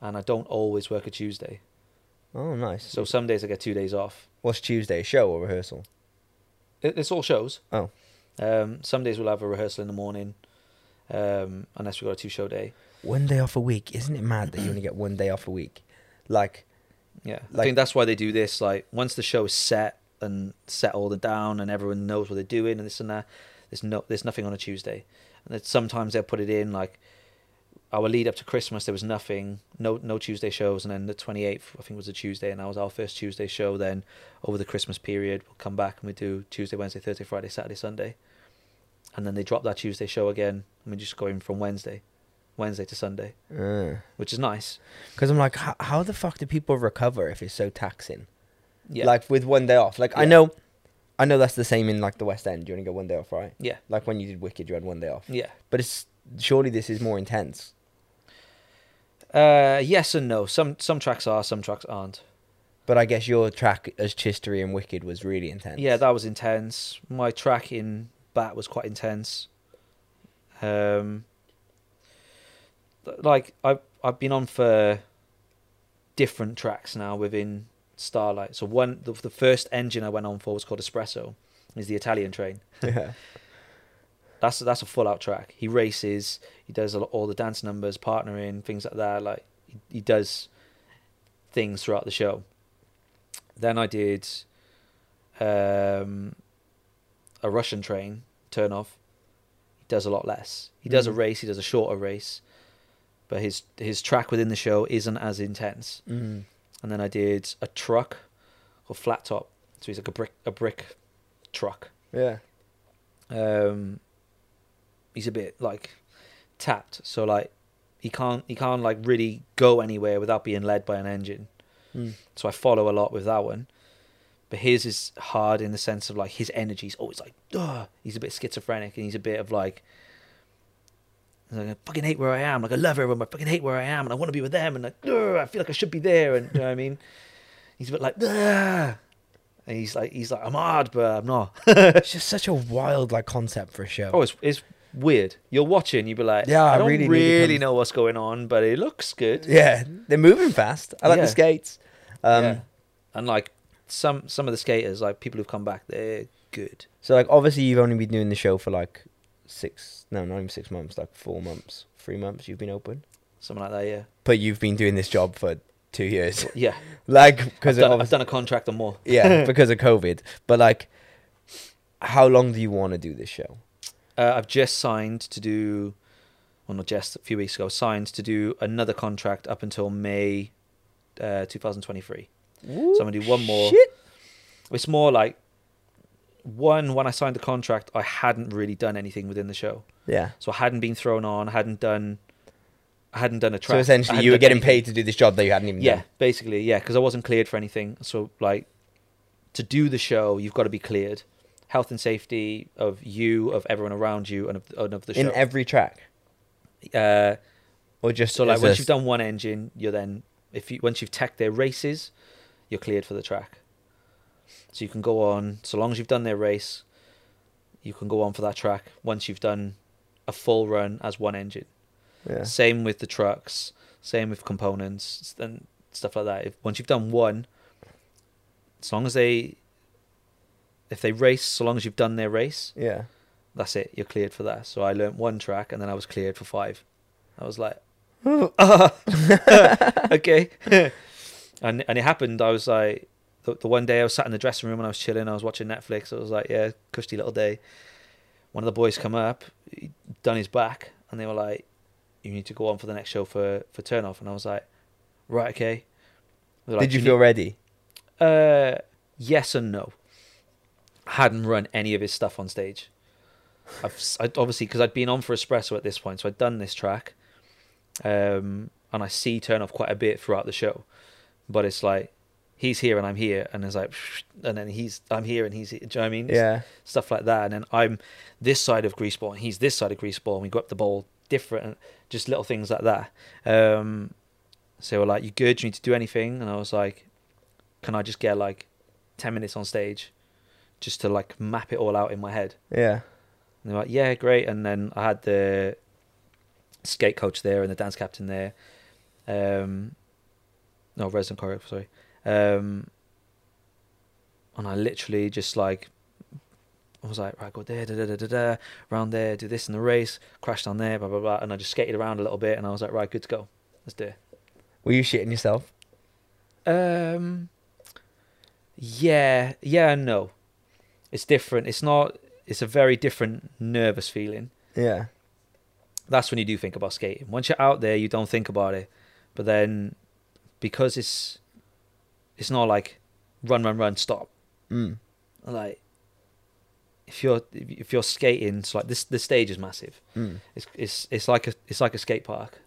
S2: and I don't always work a Tuesday.
S1: Oh, nice.
S2: So some days I get two days off.
S1: what's Tuesday? A show or rehearsal?
S2: It, it's all shows.
S1: Oh.
S2: Um, some days we'll have a rehearsal in the morning, um, unless we've got a two show day.
S1: One day off a week. Isn't it mad that you only get one day off a week? Like,
S2: Yeah. I
S1: Like-
S2: think that's why they do this. Like, once the show is set and settled and down and everyone knows what they're doing and this and that, there's, no, there's nothing on a Tuesday. And then sometimes they'll put it in, like, our lead up to Christmas, there was nothing, no no Tuesday shows. And then the 28th, I think, was a Tuesday, and that was our first Tuesday show. Then over the Christmas period, we'll come back and we do Tuesday, Wednesday, Thursday, Friday, Saturday, Sunday. And then they drop that Tuesday show again, and we just go in from Wednesday, Wednesday to Sunday,
S1: because
S2: which is nice.
S1: uh. I'm like, how, how the fuck do people recover if it's so taxing?
S2: Yeah.
S1: Like with one day off. Like I
S2: Yeah.
S1: know, I know that's the same in like the West End. You only get one day off, right?
S2: yeah.
S1: Like when you did Wicked, you had one day off.
S2: Yeah.
S1: But it's surely this is more intense.
S2: Uh, yes and no. Some some tracks are, some tracks aren't.
S1: But I guess your track as Chistery and Wicked was really intense.
S2: Yeah, that was intense. My track in Bat was quite intense. Um, th- like I've I've been on for different tracks now within Starlight. So one the, the first engine I went on for was called Espresso. Is the Italian train.
S1: yeah.
S2: That's that's a full out track. He races. He does a lot, all the dance numbers, partnering, things like that. Like he, he does things throughout the show. Then I did um, a Russian train turn off. He does a lot less. He does a
S1: Mhm.
S2: race. He does a shorter race, but his his track within the show isn't as intense.
S1: Mm.
S2: And then I did a truck or flat top. So he's like a brick a brick truck
S1: Yeah.
S2: um he's a bit like tapped so like he can't he can't like really go anywhere without being led by an engine
S1: Mm.
S2: so i follow a lot with that one but his is hard in the sense of like his energy's always like Duh. he's a bit schizophrenic and he's a bit of like he's like, I fucking hate where I am. Like I love everyone, but I fucking hate where I am, and I want to be with them. And like, "Ugh, I feel like I should be there. And you know what I mean? He's a bit like, Ugh. and he's like, he's like, I'm hard, but I'm not.
S1: it's just such a wild like concept for a show.
S2: Oh, it's, it's weird. You're watching, you'd be like,
S1: Yeah,
S2: I
S1: I
S2: don't
S1: really
S2: really,
S1: need to come-
S2: know what's going on, but it looks good.
S1: Yeah, they're moving fast. I like
S2: Yeah.
S1: the skates. Um,
S2: Yeah. And like some some of the skaters, like people who've come back, they're good.
S1: So like, obviously, you've only been doing the show for like six, no, not even six months, like four months, three months you've been open.
S2: something like that. Yeah,
S1: But you've been doing this job for two years.
S2: yeah.
S1: like, because
S2: I've done, I've done a contract or more.
S1: yeah, because of COVID. But like, how long do you want to do this show?
S2: Uh, I've just signed to do, well, not just a few weeks ago, signed to do another contract up until May, uh, 2023. So I'm gonna do one more.
S1: Shit.
S2: It's more like one when I signed the contract, I hadn't really done anything within the show,
S1: Yeah.
S2: so I hadn't been thrown on, I hadn't done, I hadn't done a track.
S1: So
S2: I
S1: essentially,
S2: hadn't
S1: you were
S2: done
S1: getting
S2: anything.
S1: paid to do this job that you hadn't even
S2: Yeah,
S1: done.
S2: basically, yeah, because I wasn't cleared for anything. So like, to do the show, you've got to be cleared, health and safety of you, of everyone around you, and of, and of the show.
S1: in every track,
S2: uh,
S1: or just
S2: So like
S1: as
S2: once
S1: a-
S2: you've done one engine, you're then if you once you've teched their races, you're cleared for the track. So you can go on so long as you've done their race, you can go on for that track once you've done a full run as one engine.
S1: Yeah.
S2: Same with the trucks, same with components and stuff like that. If once you've done one, as long as they if they race, so long as you've done their race,
S1: Yeah.
S2: that's it. You're cleared for that. So I learnt one track, and then I was cleared for five. I was like, okay. and and it happened. I was like, the, the one day I was sat in the dressing room and I was chilling. I was watching Netflix. I was like, yeah, cushy little day. One of the boys come up, he done his back, and they were like, you need to go on for the next show for for turn off. And I was like, right, okay. They're like,
S1: Did you
S2: "Do
S1: feel ready?
S2: uh, yes and no. I hadn't run any of his stuff on stage. I've s- I'd obviously because I'd been on for espresso at this point, so I'd done this track, um, and I see turn off quite a bit throughout the show, but it's like he's here and I'm here, and it's like, and then he's I'm here and he's here. Do you know what I mean? It's
S1: Yeah.
S2: stuff like that. And then I'm this side of greaseball, and he's this side of greaseball, and we go up the ball different, just little things like that. Um, so they were like, "You good? Do you need to do anything?" And I was like, "Can I just get like ten minutes on stage, just to like map it all out in my head?"
S1: Yeah.
S2: And they're like, yeah, great. And then I had the skate coach there and the dance captain there. Um, no, resident choreo, sorry. Um, and I literally just like, I was like, right, go there, da da da da da, round there, do this in the race, crash down there, blah blah blah. And I just skated around a little bit, and I was like, right, good to go, let's do it.
S1: Were you shitting yourself?
S2: Um. Yeah, yeah, and no, it's different. It's not. It's a very different nervous feeling
S1: Yeah.
S2: that's when you do think about skating. Once you're out there, you don't think about it. But then, because it's it's not like run, run, run, stop.
S1: Mm.
S2: Like if you're if you're skating, it's like this the stage is massive.
S1: Mm.
S2: It's it's it's like a it's like a skate park.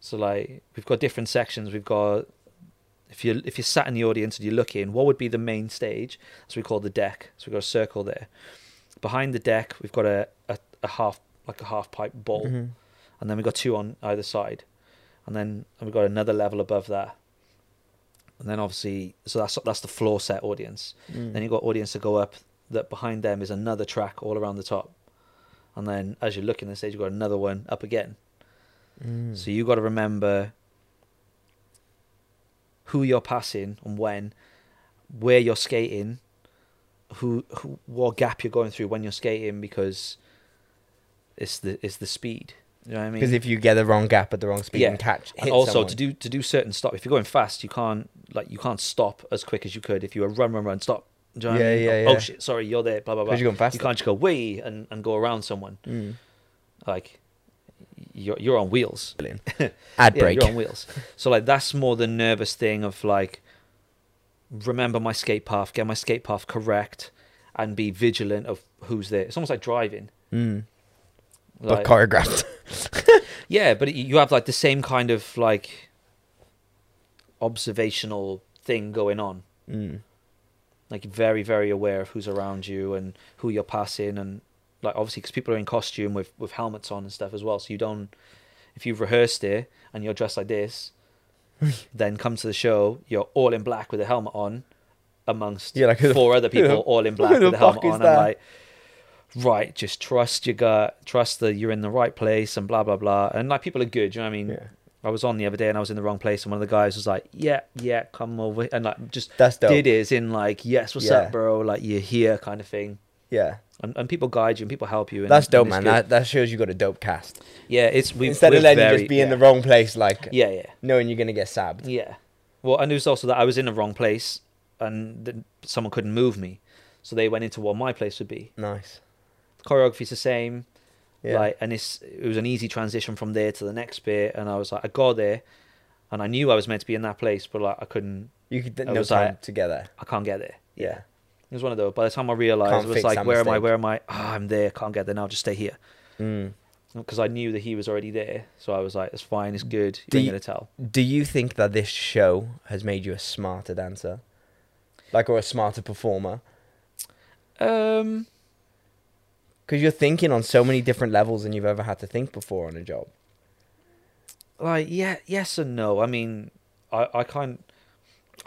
S2: So like we've got different sections. We've got if you if you're sat in the audience and you're looking, what would be the main stage? That's what we call the deck. So we've got a circle there. Behind the deck, we've got a a, a half like a half pipe bowl
S1: Mhm.
S2: and then we got two on either side, and then and we got another level above that, and then obviously so that's that's the floor set audience.
S1: Mm.
S2: Then you got audience to go up that behind them is another track all around the top, and then as you're looking at the stage, you've got another one up again.
S1: Mm.
S2: So you got to remember who you're passing and when, where you're skating, who, who what gap you're going through when you're skating because it's the it's the speed. You know what I mean?
S1: Because if you get the wrong gap at the wrong speed
S2: Yeah.
S1: and catch,
S2: and
S1: hit
S2: also
S1: someone.
S2: to do to do certain stop. If you're going fast, you can't like you can't stop as quick as you could if you were run, run, run, stop. Do you know what I
S1: Yeah,
S2: mean?
S1: yeah,
S2: oh,
S1: yeah.
S2: oh shit, sorry, you're there. Blah blah blah.
S1: 'Cause you're going faster.
S2: You can't just go way and, and go around someone.
S1: Mm.
S2: Like you're you're on wheels.
S1: Ad
S2: Yeah,
S1: break.
S2: You're on wheels. So like that's more the nervous thing of like remember my skate path, get my skate path correct, and be vigilant of who's there. It's almost like driving.
S1: Mm.
S2: Like,
S1: but choreographed.
S2: yeah, but you have like the same kind of like observational thing going on.
S1: mm.
S2: Like very very aware of who's around you and who you're passing and like obviously because people are in costume with with helmets on and stuff as well. So you don't if you've rehearsed it and you're dressed like this, then come to the show you're all in black with a helmet on, amongst
S1: Yeah, like, who the
S2: four other
S1: who the-
S2: people all in black
S1: who the
S2: with a helmet
S1: fuck is
S2: on.
S1: that?
S2: I'm like, right, just trust your gut, trust that you're in the right place and blah blah blah. And like people are good, you know what I mean?
S1: Yeah.
S2: I was on the other day and I was in the wrong place, and one of the guys was like, "Yeah, yeah, come over," and like just
S1: That's dope.
S2: did it as in like, "Yes, what's
S1: Yeah.
S2: up, bro? Like you're here," kind of thing.
S1: Yeah.
S2: and, and people guide you and people help you. And,
S1: That's
S2: and
S1: dope,
S2: it's
S1: man.
S2: good.
S1: That, that shows you got a dope cast.
S2: yeah, it's we
S1: Instead of
S2: we're
S1: letting you
S2: very-
S1: just be in
S2: yeah.
S1: the wrong place, like
S2: Yeah, Mm. yeah,
S1: knowing you're gonna get sabbed.
S2: yeah. Well, I knew also that I was in the wrong place and that someone couldn't move me, so they went into what my place would be.
S1: Nice.
S2: Choreography's the same.
S1: Yeah.
S2: Like, and it's it was an easy transition from there to the next bit, and I was like, I got there, and I knew I was meant to be in that place, but like I couldn't,
S1: you could
S2: I
S1: no
S2: was
S1: time
S2: like-
S1: together.
S2: I can't get there.
S1: Yeah.
S2: It was one of those. By the time I realized,
S1: Can't
S2: it was
S1: fix
S2: like,
S1: that
S2: where am I?
S1: mistake.
S2: Where am I? Ah, I'm there. Can't get there now. Just stay here.
S1: Mm.
S2: Because I knew that he was already there, so I was like, it's fine. It's good.
S1: Do
S2: You ain't
S1: you-
S2: gonna tell.
S1: Do you think that this show has made you a smarter dancer, like or a smarter performer?
S2: Um,
S1: Because you're thinking on so many different levels than you've ever had to think before on a job.
S2: like yeah, yes and no. I mean, I I can't.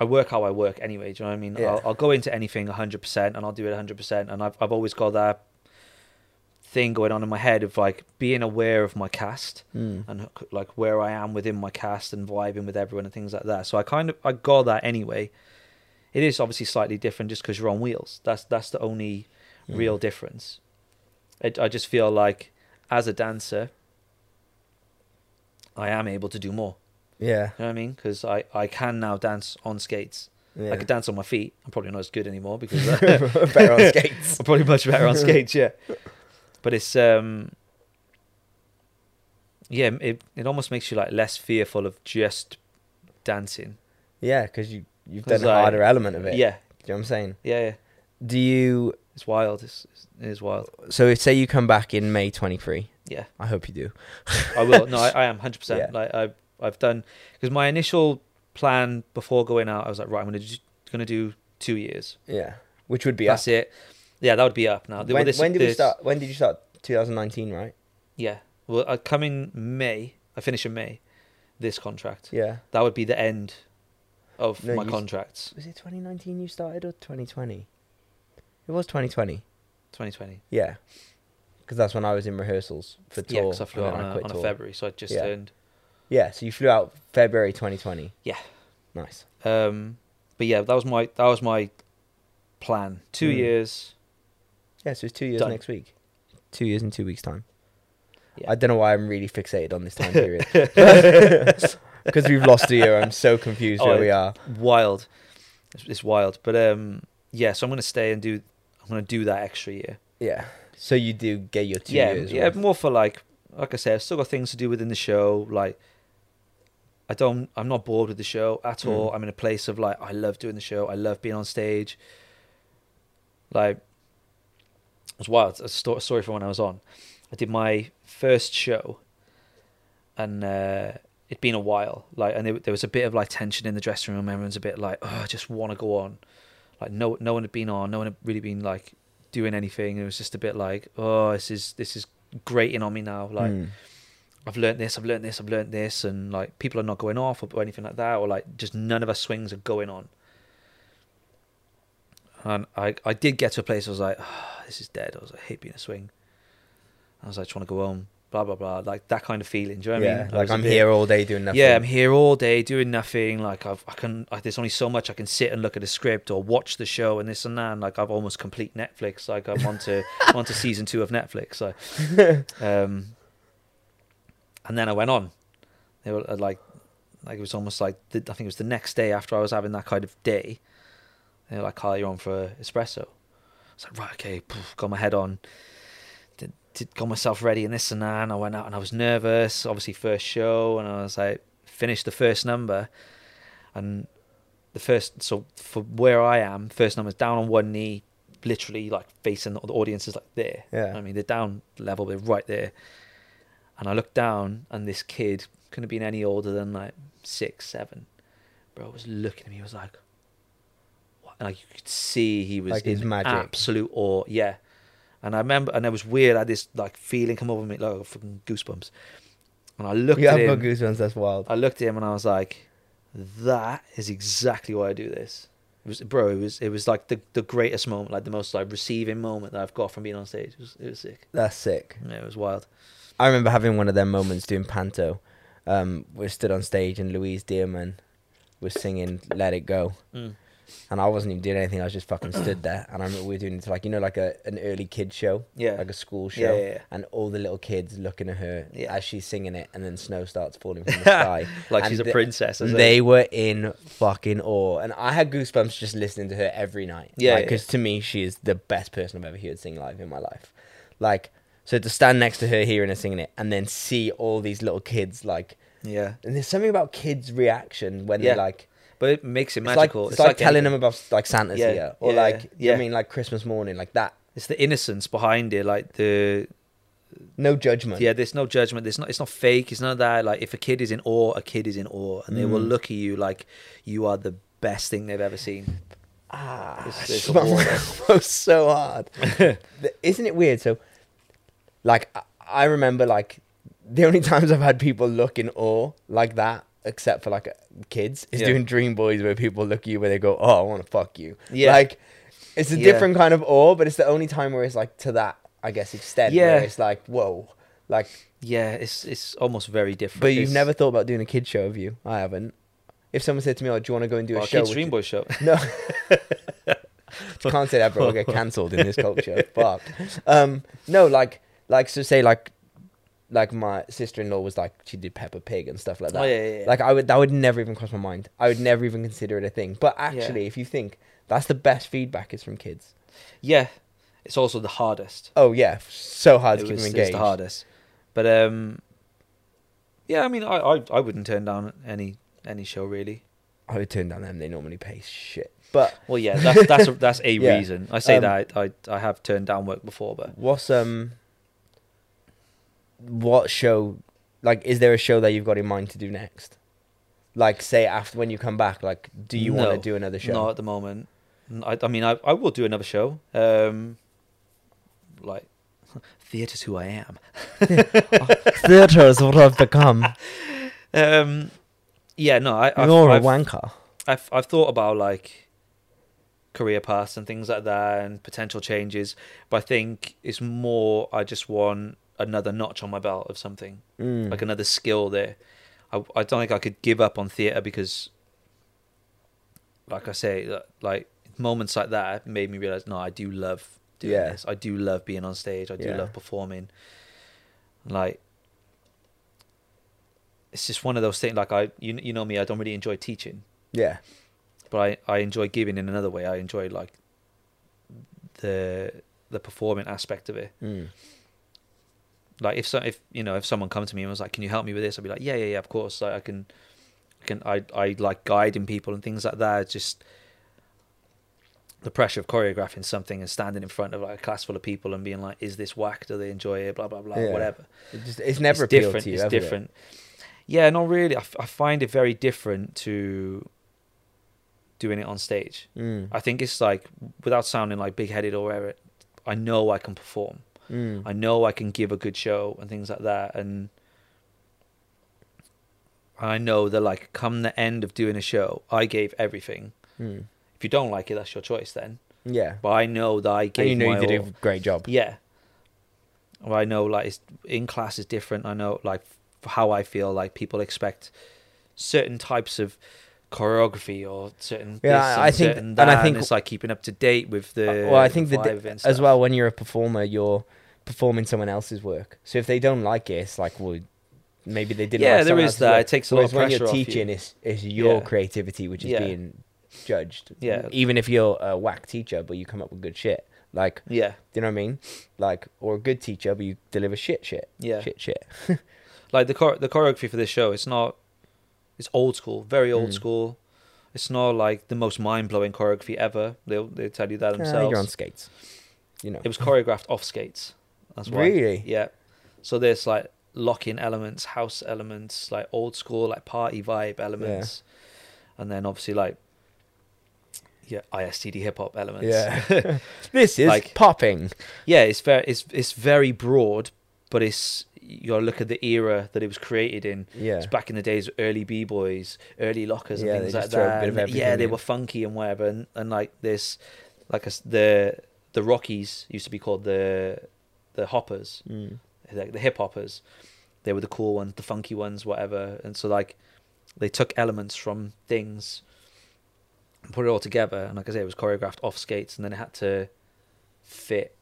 S2: I work how I work anyway. Do you know what I mean?
S1: Yeah.
S2: I'll, I'll go into anything 100% and I'll do it 100%. And I've, I've always got that thing going on in my head of like being aware of my cast
S1: Mm.
S2: and like where I am within my cast and vibing with everyone and things like that. So I kind of I got that anyway. It is obviously slightly different just because you're on wheels. That's that's the only real difference. I, I just feel like as a dancer, I am able to do more.
S1: Yeah.
S2: You know what I mean? Because I I can now dance on skates.
S1: yeah.
S2: I could dance on my feet. I'm probably not as good anymore because
S1: Better on skates.
S2: I'm probably much better on skates, yeah. But it's um yeah, it it almost makes you like less fearful of just dancing.
S1: Yeah, because you you've done
S2: 'Cause
S1: a
S2: I-
S1: harder element of it.
S2: Yeah,
S1: Do you know what I'm saying?
S2: yeah, yeah.
S1: Do you?
S2: It's wild. It's, it's it is wild.
S1: So if- say you come back in May 23.
S2: Yeah.
S1: I hope you do.
S2: I will. No, I, I am 100%.
S1: Yeah.
S2: Like I I've done because my initial plan before going out, I was like, right, I'm going to going to do 2 years.
S1: Yeah. Which would be
S2: That's it. Yeah, that would be up now.
S1: us. When,
S2: This-
S1: when did we
S2: this-
S1: start? When did you start? 2019, right?
S2: Yeah. Well, I come in May. I finish in May this contract.
S1: Yeah.
S2: that would be the end of
S1: No,
S2: my
S1: you-
S2: contracts.
S1: Was it 2019 you started or 2020? It was 2020.
S2: 2020.
S1: Yeah. Because that's when I was in rehearsals for tour.
S2: Yeah, because I flew
S1: and
S2: out on,
S1: then
S2: a,
S1: quit
S2: on a
S1: tour.
S2: February, so I just
S1: Yeah.
S2: turned.
S1: Yeah, so you flew out February 2020.
S2: Yeah.
S1: Nice.
S2: Um, but yeah, that was my that was my plan. Two
S1: Mm.
S2: years.
S1: Yeah, so it's two years
S2: Done.
S1: next week. Two years in two weeks' time.
S2: Yeah.
S1: I don't know why I'm really fixated on this time period. Because we've lost a year. I'm so confused where
S2: Oh,
S1: we are.
S2: Wild. It's, it's wild. But um, yeah, so I'm gonna stay and do. I'm gonna do that extra year.
S1: Yeah. So you do get your two
S2: yeah,
S1: years.
S2: yeah,
S1: worth.
S2: more for like, like I said, I've still got things to do within the show. Like, I don't, I'm not bored with the show at
S1: Mm.
S2: all. I'm in a place of like, I love doing the show. I love being on stage. Like, it's wild. A sto- story from when I was on. I did my first show, and uh, it'd been a while. Like, and it, there was a bit of like tension in the dressing room. Everyone's a bit like, oh, I just want to go on. Like, no, no one had been on. No one had really been like doing anything. It was just a bit like, oh, this is this is grating on me now. Like,
S1: Mm.
S2: I've learnt this, I've learnt this, I've learnt this, and like people are not going off or, or anything like that, or like just none of us swings are going on. And I, I did get to a place I was like, "Ah, this is dead. I was like, I hate being a swing. I was like, I just want to go home, blah, blah, blah. Like that kind of feeling. Do you know what
S1: yeah,
S2: I mean? I
S1: like
S2: was a
S1: I'm
S2: bit-
S1: here all day doing nothing.
S2: Yeah, I'm here all day doing nothing. Like I've, I can, like, there's only so much I can sit and look at a script or watch the show and this and that. And, like I've almost complete Netflix. Like I'm onto, I'm onto season two of Netflix. So, um, and then I went on. They were uh, like, like it was almost like the, I think it was the next day after I was having that kind of day. They were like, "Carl, you're on for a espresso." I was like, "Right, okay." poof, got my head on. Did, did got myself ready and this and that. And I went out and I was nervous. Obviously, first show, and I was like, finished the first number, and the first. So for where I am, first number's down on one knee, literally like facing the, the audience is like there.
S1: Yeah.
S2: I mean, they're down level, they're right there. And I looked down, and this kid couldn't have been any older than like six, seven. Bro was looking at me. He was like, "What?" And like you could see he was
S1: Like his
S2: in
S1: magic.
S2: absolute awe. Yeah. And I remember, and it was weird. I had this like feeling come over me, like oh, fucking goosebumps. And I looked
S1: You
S2: at
S1: have got
S2: him.
S1: goosebumps. That's wild.
S2: I looked at him and I was like, "That is exactly why I do this." It was, bro. It was, it was like the, the greatest moment, like the most like receiving moment that I've got from being on stage. It was, it was sick.
S1: That's sick.
S2: Yeah, it was wild.
S1: I remember having one of them moments doing panto. Um, we stood on stage and Louise Dearman was singing "Let It Go,"
S2: Mm.
S1: and I wasn't even doing anything. I was just fucking stood there, and I remember we were doing it's like you know like a an early kid show,
S2: Yeah.
S1: like a school show,
S2: Yeah, yeah, yeah.
S1: and all the little kids looking at her
S2: Yeah.
S1: as she's singing it, and then snow starts falling from the sky,
S2: Like
S1: And
S2: she's a
S1: the-
S2: princess. isn't
S1: they
S2: it?
S1: were in fucking awe, and I had goosebumps just listening to her every night.
S2: Yeah, yeah,
S1: because to me, she is the best person I've ever heard sing live in my life. Like, so to stand next to her, hearing her singing it, and then see all these little kids like,
S2: Yeah.
S1: and there's something about kids' reaction when
S2: Yeah.
S1: they're like,
S2: But it makes it
S1: it's
S2: magical.
S1: like, it's like, telling
S2: anything.
S1: them about like Santa's
S2: Yeah,
S1: here, or
S2: yeah,
S1: like, you know what
S2: yeah.
S1: I mean, like Christmas morning, like that.
S2: It's the innocence behind it, like the
S1: No judgment.
S2: yeah. There's no judgment. There's not. It's not fake. It's none of that. Like if a kid is in awe, a kid is in awe, and they will
S1: Mm.
S2: look at you like you are the best thing they've ever seen.
S1: Ah,
S2: It's-
S1: it's
S2: it's a war.
S1: so hard. The- Isn't it weird? So, like, I- I remember like the only times I've had people look in awe like that, except for like kids, is
S2: Yeah.
S1: doing Dream Boys where people look at you where they go, "Oh, I want to fuck you."
S2: Yeah.
S1: like it's a
S2: Yeah.
S1: different kind of awe, but it's the only time where it's like to that, I guess, extent. Yeah,
S2: Yeah.
S1: where it's like whoa, like.
S2: Yeah, it's it's almost very different.
S1: But you've
S2: It's-
S1: never thought about doing a kid show, have you? I haven't. If someone said to me, "Oh, do you want to go and do a
S2: Well,
S1: show?"
S2: kids
S1: with
S2: Dream
S1: you?"
S2: Boy show.
S1: No. Can't say that, bro. I'll get cancelled in this culture. Fuck. Um, no, like, like, so say, like, like my sister-in-law was like, she did Peppa Pig and stuff like that.
S2: Oh yeah, yeah, yeah.
S1: Like, I would, that would never even cross my mind. I would never even consider it a thing. But actually, if you think that's the best feedback is from kids.
S2: yeah. It's also the hardest.
S1: Oh yeah, so hard to
S2: it
S1: keep
S2: was,
S1: them
S2: it was
S1: engaged.
S2: the hardest. But um, yeah, I mean, I, I I wouldn't turn down any any show really.
S1: I would turn down them. They normally pay shit. But
S2: Well, yeah, that's that's a, that's a
S1: Yeah.
S2: reason. I say
S1: Um,
S2: that I, I I have turned down work before, but
S1: what's um, what show? Like, is there a show that you've got in mind to do next? Like, say after when you come back, like, do you want
S2: No.
S1: to do another show?
S2: not at the moment. N- I I mean, I I will do another show. Um, like theatre's who I am.
S1: Theatre is what I've become.
S2: Um, yeah, no, I I've,
S1: You're a
S2: I've,
S1: wanker.
S2: I've I've thought about like career paths and things like that and potential changes, but I think it's more I just want another notch on my belt of something,
S1: Mm.
S2: like another skill there. I I don't think I could give up on theater because, like I say, li- like moments like that made me realize no, I do love doing
S1: Yeah.
S2: this. I do love being on stage. I do
S1: Yeah.
S2: love performing. Like. It's just one of those things. Like I, you, you know me. I don't really enjoy teaching
S1: yeah.
S2: but I, I enjoy giving in another way. I enjoy like the the performing aspect of it.
S1: Mm.
S2: Like if so, if you know if someone come to me and was like, "Can you help me with this?" I'd be like, "Yeah, yeah, yeah, of course." Like I can, I can, I I like guiding people and things like that. It's just the pressure of choreographing something and standing in front of like a class full of people and being like, "Is this whack? Do they enjoy it?" Blah blah blah.
S1: Yeah.
S2: Whatever.
S1: It just, it's never
S2: it's
S1: appealed
S2: different.
S1: to you.
S2: it's
S1: ever, though.
S2: different. Yeah, not really. I, f- I find it very different to doing it on stage.
S1: Mm.
S2: I think it's like without sounding like big headed or whatever, I know I can perform.
S1: Mm.
S2: I know I can give a good show and things like that and I know that like come the end of doing a show, I gave everything.
S1: Mm.
S2: If you don't like it, that's your choice then.
S1: Yeah.
S2: But I know that I
S1: And
S2: gave
S1: you know
S2: my
S1: you did
S2: all.
S1: a great job.
S2: Yeah. Well, I know like it's, in class is different. I know like f- how I feel like people expect certain types of choreography or certain
S1: Yeah,
S2: this
S1: I- I
S2: and
S1: think-
S2: certain
S1: and
S2: that,
S1: I
S2: and
S1: think- Uh,
S2: it's like keeping up to date with the
S1: well, I think
S2: the
S1: that
S2: vibe and
S1: as
S2: stuff.
S1: well when you're a performer, you're performing someone else's work. So if they don't like it, it's like well, maybe they didn't.
S2: Yeah,
S1: like
S2: there
S1: someone
S2: is
S1: else's
S2: that. It
S1: work.
S2: takes a lot of
S1: Whereas
S2: pressure
S1: when
S2: off
S1: you're
S2: you.
S1: teaching, it's it's your
S2: Yeah.
S1: creativity which is
S2: Yeah.
S1: being judged.
S2: Yeah.
S1: even if you're a whack teacher, but you come up with good shit. Like,
S2: yeah,
S1: do you know what I mean? Like, or a good teacher, but you deliver shit, shit,
S2: yeah.
S1: shit, shit.
S2: Like the chor- the choreography for this show, it's not. It's old school, very old
S1: Mm.
S2: school. It's not like the most mind blowing choreography ever. They'll they tell you that
S1: Ah,
S2: themselves.
S1: you're on skates. You know,
S2: It was choreographed off skates. That's why.
S1: really.
S2: Yeah. So there's like lock-in elements, house elements, like old school, like party vibe elements, and then obviously like yeah, ISTD hip hop elements.
S1: Yeah, this is
S2: Like-
S1: popping.
S2: yeah. It's very it's it's very broad, but it's you gotta look at the era that it was created in.
S1: Yeah,
S2: It's back in the days, early b boys, early lockers, and
S1: Yeah, they
S2: things
S1: just
S2: like
S1: throw a
S2: that.
S1: bit of
S2: And yeah,
S1: everything
S2: they
S1: in.
S2: were funky and whatever, and, and like this, like us the the Rockies used to be called the the Hoppers
S1: Mm.
S2: like the hip hoppers. They were the cool ones, the funky ones, whatever. And so like they took elements from things, put it all together, and like I say, it was choreographed off skates, and then it had to fit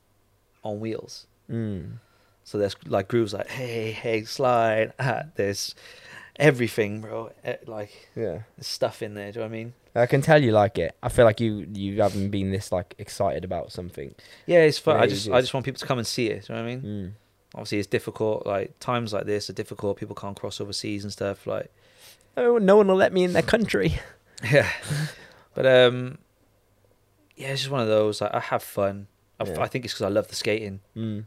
S2: on wheels.
S1: Mm.
S2: So there's like grooves like hey hey slide. Ah, there's everything, bro. Eh, Like
S1: Yeah.
S2: there's stuff in there. Do you know what I mean?
S1: I can tell you like it. I feel like you you haven't been this like excited about something.
S2: Yeah, it's fun.
S1: Yeah,
S2: I
S1: it
S2: just
S1: is.
S2: I just want people to come and see it. Do you know what I mean?
S1: Mm.
S2: Obviously, it's difficult. Like times like this are difficult. People can't cross overseas and stuff. Like
S1: Oh, no one will let me in their country.
S2: yeah, but um, yeah, it's just one of those. Like I have fun. I,
S1: Yeah.
S2: I think it's because I love the skating.
S1: Mm.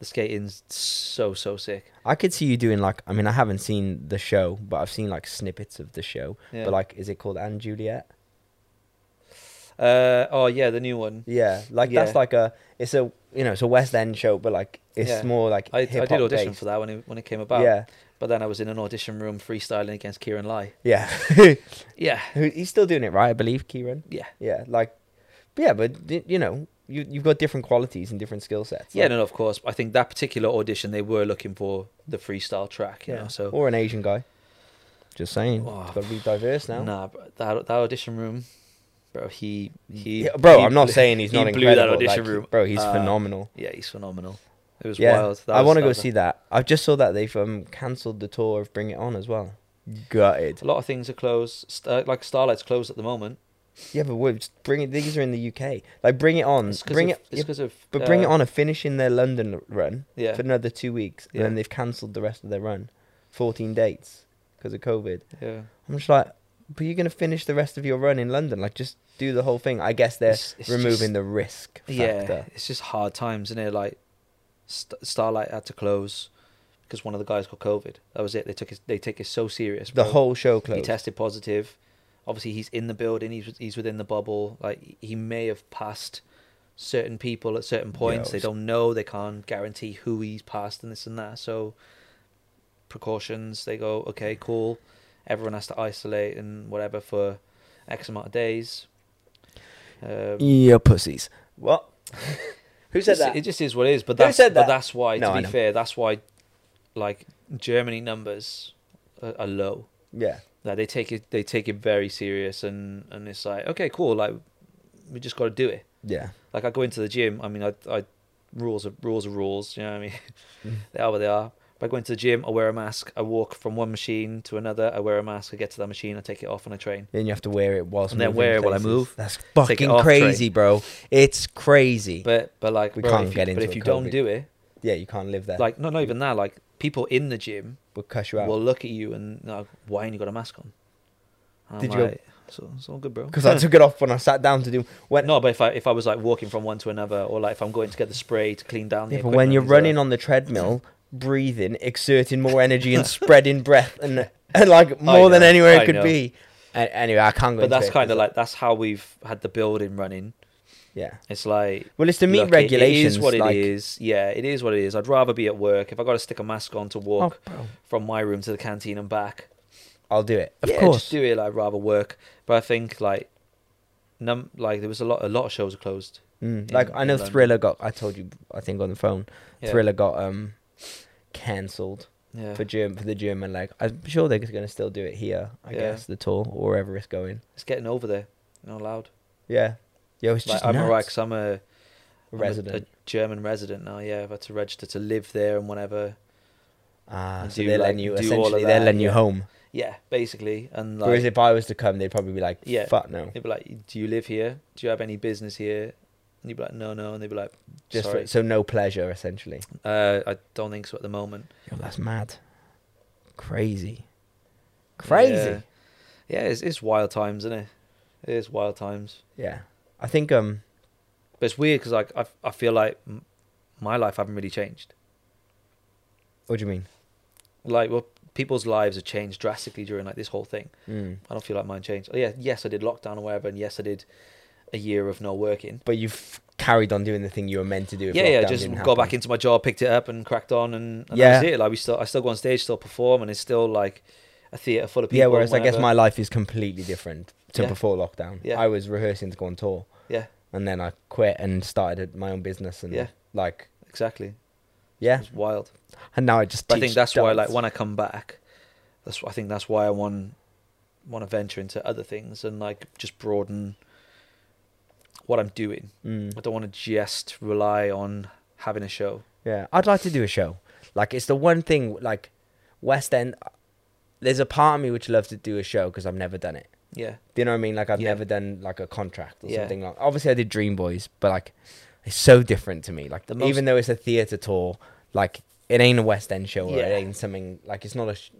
S2: The skating's so so sick.
S1: I could see you doing like I mean I haven't seen the show, but I've seen like snippets of the show.
S2: Yeah.
S1: But like, is it called Anne Juliet?
S2: uh, oh yeah, the new one.
S1: Yeah, like that's
S2: Yeah.
S1: like a it's a you know it's a West End show, but like it's
S2: Yeah.
S1: more like
S2: I, I
S1: hip
S2: did
S1: hop
S2: audition
S1: based.
S2: for that when it when it came about.
S1: Yeah,
S2: But then I was in an audition room freestyling against Kieran Lai.
S1: yeah.
S2: Yeah.
S1: Who- He's still doing it, right? I believe, Kieran.
S2: Yeah.
S1: Yeah, like, but yeah, but y- you know, you you've got different qualities and different skill sets.
S2: Yeah,
S1: like-
S2: no, no, of course. I think that particular audition they were looking for the freestyle track, you know. So
S1: or an Asian guy. Just saying,
S2: Oh,
S1: it's got to be diverse now.
S2: nah, bro, that that audition room, bro, he he
S1: Yeah, bro,
S2: he
S1: I'm not
S2: blew-
S1: saying he's
S2: he
S1: not
S2: blew that
S1: incredible.
S2: audition
S1: like,
S2: room.
S1: bro. He's
S2: Uh,
S1: phenomenal.
S2: Yeah, he's phenomenal. It was
S1: Yeah,
S2: wild.
S1: I
S2: was-
S1: want to go
S2: was a-
S1: see that. I just saw that they've um cancelled the tour of Bring It On as well. Gutted.
S2: A lot of things are closed. St- like Starlight's closed at the moment.
S1: Yeah, but we're just bring it. These are in the UK. Like, bring it on.
S2: It's 'cause
S1: Mm, Bring
S2: of,
S1: it.
S2: It's
S1: yeah,
S2: because of.
S1: but bring it
S2: uh,
S1: on are finishing their London run
S2: Yeah.
S1: for another two weeks, and
S2: Yeah.
S1: then they've cancelled the rest of their run, fourteen dates because of COVID.
S2: Yeah.
S1: I'm just like, but you're gonna finish the rest of your run in London. Like, just do the whole thing. I guess they're
S2: It's- it's
S1: removing
S2: just-
S1: the risk factor.
S2: Yeah, it's just hard times, isn't it? Like St- Starlight had to close because one of the guys got COVID. That was it. They took his, they take it so serious.
S1: The
S2: bro.
S1: whole show
S2: he
S1: closed.
S2: tested positive. Obviously, he's in the building. He's he's within the bubble. Like he may have passed certain people at certain points. they
S1: it's-
S2: don't know. They can't guarantee who he's passed and this and that. So precautions. They go okay, cool. Everyone has to isolate and whatever for X amount of days. Um,
S1: Yeah, pussies. What? Who said
S2: It's-
S1: that?
S2: It just is what it is. But
S1: Who
S2: that's,
S1: said that?
S2: But that's why,
S1: No, I
S2: to be
S1: know.
S2: fair, that's why, like Germany numbers are, are low.
S1: yeah.
S2: Like they take it, they take it very serious, and and it's like, okay, cool, like we just got to do it.
S1: Yeah.
S2: Like I go into the gym. I mean, I, I rules are rules are rules. You know what I mean?
S1: Mm.
S2: they are what they are. But I go into the gym. I wear a mask. I walk from one machine to another. I wear a mask. I get to that machine. I take it off and I train.
S1: Then you have to wear it whilst
S2: And then
S1: moving
S2: wear it while I
S1: places.
S2: move.
S1: That's
S2: it
S1: fucking
S2: off, Trey.
S1: crazy, bro. It's crazy.
S2: But but like,
S1: We
S2: bro,
S1: can't
S2: if you,
S1: get into
S2: But if
S1: a
S2: you don't
S1: COVID.
S2: do it,
S1: yeah, you can't live there.
S2: like no, not even that. Like people in the gym
S1: we'll cuss you out.
S2: will look at you and like, why ain't you got a mask on? And
S1: Did
S2: I'm
S1: you go-
S2: like, So it's all good, bro.
S1: because I took it off when I sat down to do when.
S2: no, but if I if I was like walking from one to another, or like if I'm going to get the spray to clean down the
S1: yeah, but when
S2: equipment,
S1: you're
S2: things like
S1: running on the treadmill, breathing, exerting more energy, and spreading breath, and, and like more than
S2: know,
S1: anywhere it
S2: I
S1: could
S2: know.
S1: be. A- anyway, I can't
S2: that.
S1: go.
S2: but
S1: into
S2: that's
S1: it,
S2: kind of
S1: 'cause-
S2: like that's how we've had the building running.
S1: yeah.
S2: It's like
S1: Well, it's to meet
S2: look, it-
S1: regulations.
S2: It is what
S1: like,
S2: it is. Yeah, it is what it is. I'd rather be at work if I got to stick a mask on to
S1: Oh,
S2: walk
S1: bro,
S2: from my room to the canteen and back.
S1: I'll do it. Of
S2: yeah,
S1: course.
S2: just do it. I'd rather work, but I think like num like there was a lot a lot of shows are closed.
S1: Mm,
S2: in-
S1: like I
S2: in
S1: know
S2: London.
S1: Thriller got. I told you. I think on the phone,
S2: Yeah.
S1: Thriller got um cancelled
S2: Yeah.
S1: for Germ for the German leg. I'm sure they're going to still do it here. I
S2: Yeah.
S1: guess the tour or wherever it's going.
S2: It's getting over there. Not allowed.
S1: Yeah. Yo, it's
S2: Like,
S1: just
S2: I'm
S1: nuts.
S2: alright 'cause I'm a I'm a-
S1: resident.
S2: a, German resident now. Yeah, I've had to register to live there and whatever.
S1: ah,
S2: and
S1: so
S2: do,
S1: they're
S2: like,
S1: letting you
S2: do all of
S1: essentially they're
S2: that,
S1: letting you
S2: yeah.
S1: home.
S2: Yeah, basically. And like,
S1: Whereas if I was to come, they'd probably be like,
S2: Yeah.
S1: "Fuck no."
S2: they'd be like, "Do you live here? Do you have any business here?" And you'd be like, "No, no." And they'd be like,
S1: Just
S2: "Sorry,
S1: for, so no pleasure essentially.
S2: uh, I don't think so at the moment."
S1: Yo, that's mad. Crazy. Crazy.
S2: Yeah, yeah it's, it's wild times, isn't it? It is wild times.
S1: yeah. I think um
S2: But it's weird because like I I feel like m- my life haven't really changed.
S1: what do you mean?
S2: Like, well, people's lives have changed drastically during like this whole thing.
S1: Mm.
S2: I don't feel like mine changed. Oh, yeah, yes, I did lockdown or whatever, and yes, I did a year of no working.
S1: But you've carried on doing the thing you were meant to do. If
S2: yeah, yeah,
S1: lockdown
S2: just
S1: didn't
S2: got
S1: happen.
S2: back into my job, picked it up, and cracked on, and, and
S1: Yeah.
S2: that was it. Like we still, I still go on stage, still perform, and it's still like a theater full of people.
S1: Yeah,
S2: and
S1: whereas I guess
S2: whatever.
S1: my life is completely different to
S2: Yeah.
S1: before lockdown.
S2: Yeah.
S1: I was rehearsing to go on tour.
S2: Yeah.
S1: And then I quit and started my own business and
S2: Yeah.
S1: like
S2: exactly,
S1: yeah.
S2: it's wild.
S1: And now I just
S2: But I think
S1: teach
S2: that's why,
S1: dance.
S2: like, when I come back, that's why- I think that's why I want want to venture into other things and like just broaden what I'm doing.
S1: Mm.
S2: I don't want to just rely on having a show.
S1: Yeah, I'd like to do a show. Like it's the one thing like West End. There's a part of me which loves to do a show because I've never done it.
S2: Yeah,
S1: Do you know what I mean? Like I've
S2: Yeah.
S1: never done like a contract or
S2: Yeah.
S1: something like. Obviously, I did Dream Boys, but like it's so different to me. Like
S2: The
S1: even
S2: most-
S1: though it's a theater tour, like it ain't a West End show or
S2: Yeah.
S1: it ain't something like it's not a, sh-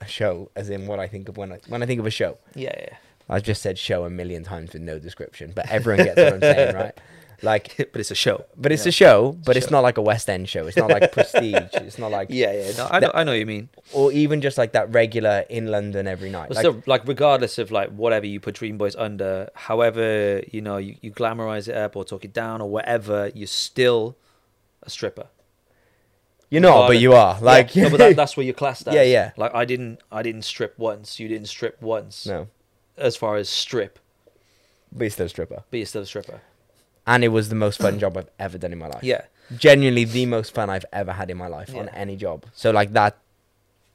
S1: a show as in what I think of when I when I think of a show.
S2: yeah, yeah.
S1: I've just said show a million times with no description, but everyone gets what I'm saying, right? Like
S2: but it's a show.
S1: But it's
S2: Yeah.
S1: a show, but it's
S2: Show.
S1: not like a West End show. It's not like prestige. It's not like
S2: Yeah, yeah. No, I know,
S1: That-
S2: I know what you mean.
S1: or even just like that regular in London every night.
S2: But
S1: Like,
S2: still, like regardless of like whatever you put Dream Boys under, however you know you, you glamorize it up or talk it down or whatever, you're still a stripper.
S1: you're not, but
S2: regardless-
S1: you are. Like
S2: yeah, no, but that, that's where you're classed as.
S1: Yeah, yeah.
S2: Like I didn't, I didn't strip once. You didn't strip once.
S1: no,
S2: As far as strip,
S1: but you're still a stripper.
S2: but you're still a stripper.
S1: And it was the most fun job I've ever done in my life.
S2: Yeah,
S1: genuinely the most fun I've ever had in my life on
S2: Yeah.
S1: any job. So like that,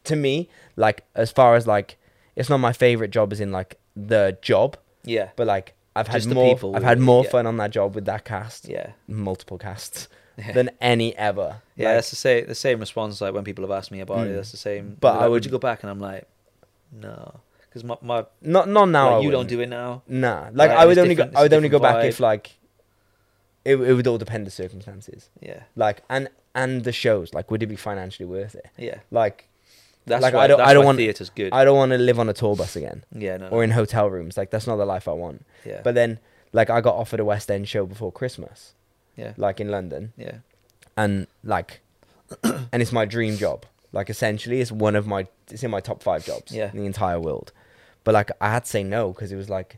S1: to me, like as far as like, it's not my favorite job as in like the job,
S2: yeah,
S1: but like I've had
S2: Just the
S1: more.
S2: people,
S1: I've had more
S2: yeah.
S1: fun on that job with that cast,
S2: yeah.
S1: multiple casts,
S2: Yeah.
S1: than any ever.
S2: Yeah,
S1: Like,
S2: that's the same. The same response like when people have asked me about it.
S1: Mm.
S2: That's the same.
S1: But
S2: They're
S1: I
S2: like,
S1: would-
S2: you go back, and I'm like, no, because my, my
S1: Not not now.
S2: like,
S1: I
S2: you don't
S1: wouldn't.
S2: do it now.
S1: Nah, like
S2: Right,
S1: I
S2: and
S1: would
S2: it's
S1: only go, I
S2: different- it's
S1: would
S2: a
S1: only go
S2: different
S1: back if
S2: vibe.
S1: like it it would all depend the circumstances.
S2: Yeah,
S1: Like and and the shows like would it be financially worth it?
S2: yeah.
S1: Like
S2: That's
S1: Like,
S2: why,
S1: I don't-
S2: that's
S1: I don't
S2: why
S1: want-
S2: theater's good.
S1: I don't want to live on a tour bus again
S2: yeah, no, no,
S1: or in hotel rooms. Like that's not the life I want.
S2: yeah,
S1: But then like I got offered a West End show before Christmas,
S2: yeah,
S1: like in London,
S2: yeah,
S1: and like and it's my dream job. Like essentially, it's one of my it's in my top five jobs
S2: Yeah.
S1: in the entire world. But like I had to say no because it was like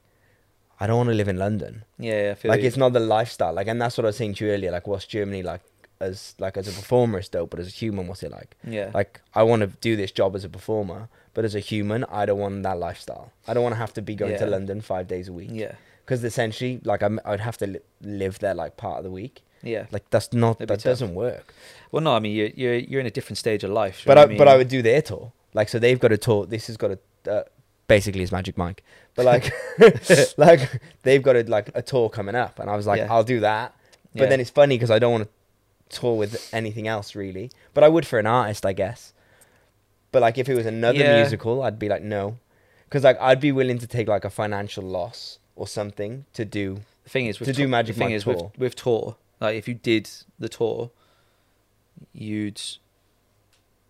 S1: I don't want to live in London.
S2: yeah. yeah I feel
S1: like
S2: you.
S1: it's not the lifestyle like and that's what i was saying to you earlier like what's germany like as like as a performer is dope but as a human what's it like
S2: yeah,
S1: like i want to do this job as a performer but as a human i don't want that lifestyle i don't want to have to be going to
S2: Yeah.
S1: london five days a week
S2: yeah,
S1: because essentially like I'm, i'd have to li- live there like part of the week
S2: yeah.
S1: like that's not
S2: It'd be
S1: that
S2: tough.
S1: doesn't work
S2: Well, no, I mean you're you're you're in a different stage of life. do you
S1: but
S2: know
S1: i
S2: what
S1: but i
S2: mean?
S1: would do their tour like so they've got a tour this has got a uh, basically it's magic mike but like like they've got a like a tour coming up and i was like
S2: Yeah.
S1: i'll do that But
S2: Yeah.
S1: then it's funny because I don't want to tour with anything else really. But I would for an artist, I guess. But like if it was another
S2: Yeah.
S1: musical, I'd be like no, because like I'd be willing to take like a financial loss or something to do.
S2: The thing is, with
S1: to do
S2: tou-
S1: Magic
S2: the thing
S1: Mike
S2: is
S1: tour.
S2: with with tour, like if you did the tour, you'd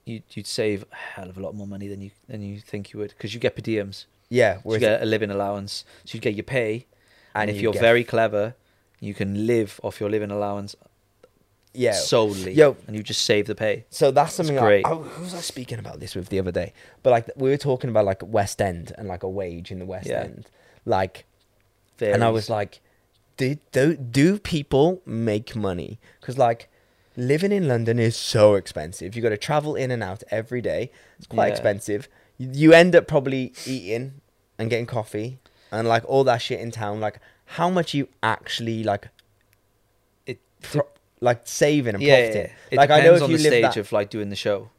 S2: you'd you'd save a hell of a lot more money than you than you think you would because you get per diems,
S1: Yeah,
S2: so you
S1: whereas
S2: get a living allowance, so you get your pay, and, if
S1: you
S2: you're
S1: get-
S2: very clever, you can live off your living allowance
S1: yeah. So,
S2: solely,
S1: Yo.
S2: and you just save the pay.
S1: that's something.
S2: great.
S1: Like, oh, who was I speaking about this with the other day? But like we were talking about like West End and like a wage in the West
S2: Yeah.
S1: End, like and I
S2: Varies.
S1: was like, do, do, do people make money? Because, like, living in London is so expensive. you got to travel in and out every day. It's quite
S2: Yeah.
S1: expensive. You, you end up probably eating and getting coffee and, like, all that shit in town. Like, how much you actually, like,
S2: It-
S1: pro- like saving and
S2: yeah, yeah,
S1: profiting.
S2: yeah. It
S1: Like, I know
S2: depends
S1: if
S2: on
S1: you
S2: the
S1: live
S2: stage
S1: that-
S2: of like doing the show.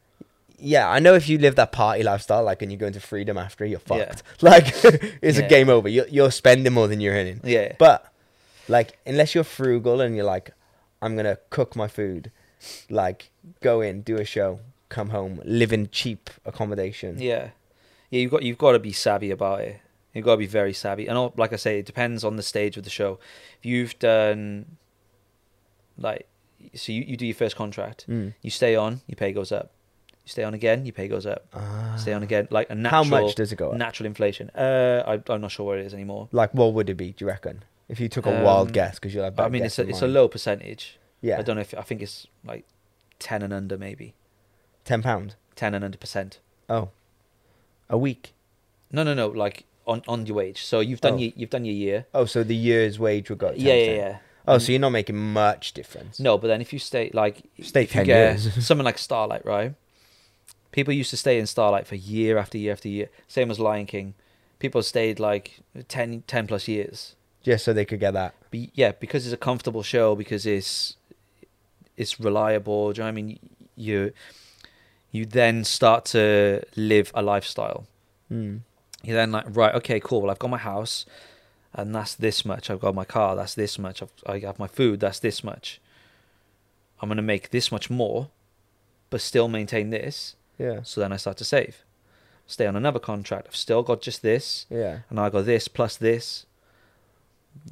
S1: Yeah, I know if you live that party lifestyle, like, and you go into freedom after, you're
S2: Yeah.
S1: fucked. Like, it's
S2: Yeah.
S1: a game over. You're, you're spending more than you're earning.
S2: Yeah,
S1: But like, unless you're frugal and you're like, I'm gonna cook my food, like, go in, do a show, come home, live in cheap accommodation.
S2: Yeah, yeah. You've got you've got to be savvy about it. You've got to be very savvy. And all, like I say, it depends on the stage of the show. If you've done, like, so you, you do your first contract.
S1: Mm.
S2: You stay on, your pay goes up. You stay on again, your pay goes up. Stay on again, like a
S1: Ah. How
S2: natural,
S1: much does it go? Up?
S2: natural inflation. Uh, I, I'm not sure what it is anymore.
S1: like, what would it be? Do you reckon? If you took a wild
S2: Um,
S1: guess, because you'll have.
S2: I
S1: better
S2: mean,
S1: guess
S2: it's a,
S1: than
S2: it's a
S1: mine.
S2: low percentage.
S1: Yeah,
S2: I don't know if I think it's like ten and under, maybe
S1: ten pound
S2: ten and under percent.
S1: a week.
S2: No, no, no. Like on on your wage. So you've done
S1: Oh.
S2: your you've done your year.
S1: Oh, so the year's wage would go. Up 10%.
S2: Yeah, yeah, yeah.
S1: Oh, so you're not making much difference.
S2: No, but then if you stay like
S1: Stay
S2: if you
S1: 10
S2: get
S1: years.
S2: something like Starlight, right? People used to stay in Starlight for year after year after year. Same as Lion King. People stayed like 10, 10 plus years.
S1: just so they could get that.
S2: But yeah, because it's a comfortable show, because it's it's reliable. Do you know what I mean? You you then start to live a lifestyle.
S1: Mm.
S2: You're then like, right, okay, cool. Well, I've got my house, and that's this much. I've got my car, that's this much. I've, I have my food, that's this much. I'm gonna make this much more, but still maintain this.
S1: Yeah.
S2: So then I start to save. Stay on another contract. I've still got just this,
S1: Yeah.
S2: and I got this plus this.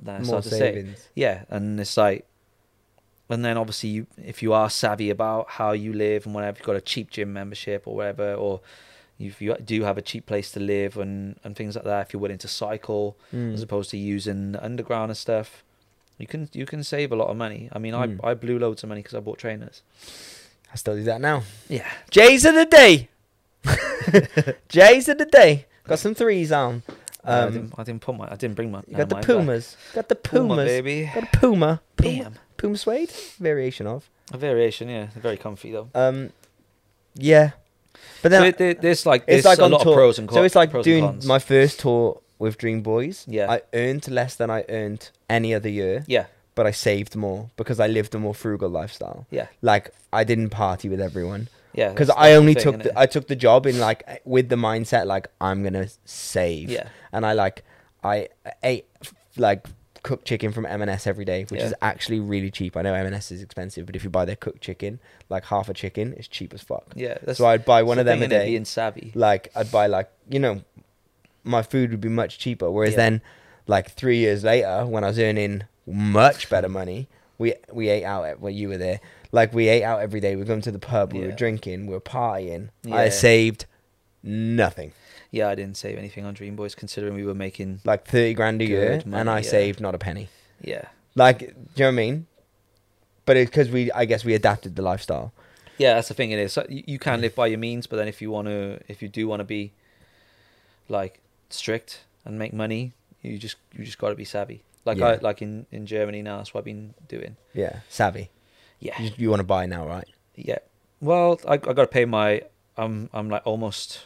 S2: Then I
S1: More
S2: start to save.
S1: savings.
S2: Yeah, and it's like, and then obviously, you, if you are savvy about how you live and whatever, you've got a cheap gym membership or whatever, or if you do have a cheap place to live and, and things like that, if you're willing to cycle as
S1: Mm.
S2: opposed to using the underground and stuff, you can you can save a lot of money. I mean,
S1: Mm.
S2: I I blew loads of money because I bought trainers.
S1: I still do that now.
S2: Yeah,
S1: J's of the day. J's of the day. Got some threes on.
S2: I,
S1: Um,
S2: didn't, I didn't put my I didn't bring my.
S1: you got the
S2: never mind, but-
S1: Pumas. Got the
S2: Puma,
S1: Pumas.
S2: baby.
S1: Got a Puma. Puma,
S2: Bam.
S1: Puma suede variation of.
S2: A variation, yeah. They're very comfy though.
S1: Um, yeah, but
S2: So
S1: then
S2: it, there- there's like
S1: it's
S2: there's
S1: like
S2: a
S1: on
S2: lot
S1: tour.
S2: of pros and cons.
S1: so it's like
S2: pros and
S1: doing
S2: cons.
S1: my first tour with Dream Boys.
S2: Yeah.
S1: I earned less than I earned any other year,
S2: yeah
S1: but I saved more because I lived a more frugal lifestyle.
S2: yeah
S1: Like I didn't party with everyone
S2: yeah
S1: because
S2: that's-
S1: I
S2: that's the
S1: only
S2: thing,
S1: took
S2: innit?
S1: the, I took the job in like with the mindset like I'm gonna save.
S2: yeah
S1: and I like I ate like cooked chicken from M&S every day, which
S2: Yeah.
S1: is actually really cheap. I know M&S is expensive, but if you buy their cooked chicken, like half a chicken, it's cheap as fuck.
S2: yeah that's
S1: so I'd buy one
S2: that's
S1: of them a
S2: the thing, innit,
S1: day.
S2: being savvy
S1: Like I'd buy like you know, my food would be much cheaper. Whereas
S2: Yeah.
S1: then, like three years later, when I was earning much better money, we we ate out at, well you were there. Like we ate out every day. We come to the pub. We were
S2: Yeah.
S1: drinking. We were partying.
S2: Yeah.
S1: I saved nothing.
S2: yeah I didn't save anything on Dream Boys considering we were making
S1: Like thirty grand a
S2: Good
S1: year, and
S2: money,
S1: I
S2: yeah.
S1: saved not a penny.
S2: yeah
S1: Like, do you know what I mean? But it's because we, I guess, we adapted the lifestyle.
S2: yeah that's the thing it is so you, you can live by your means but then if you want to if you do want to be like strict and make money you just you just got to be savvy like
S1: Yeah.
S2: I like in in Germany now that's what I've been doing
S1: Yeah, savvy.
S2: yeah
S1: You, want to buy now, right?
S2: Yeah. Well, I I gotta pay my I'm I'm like almost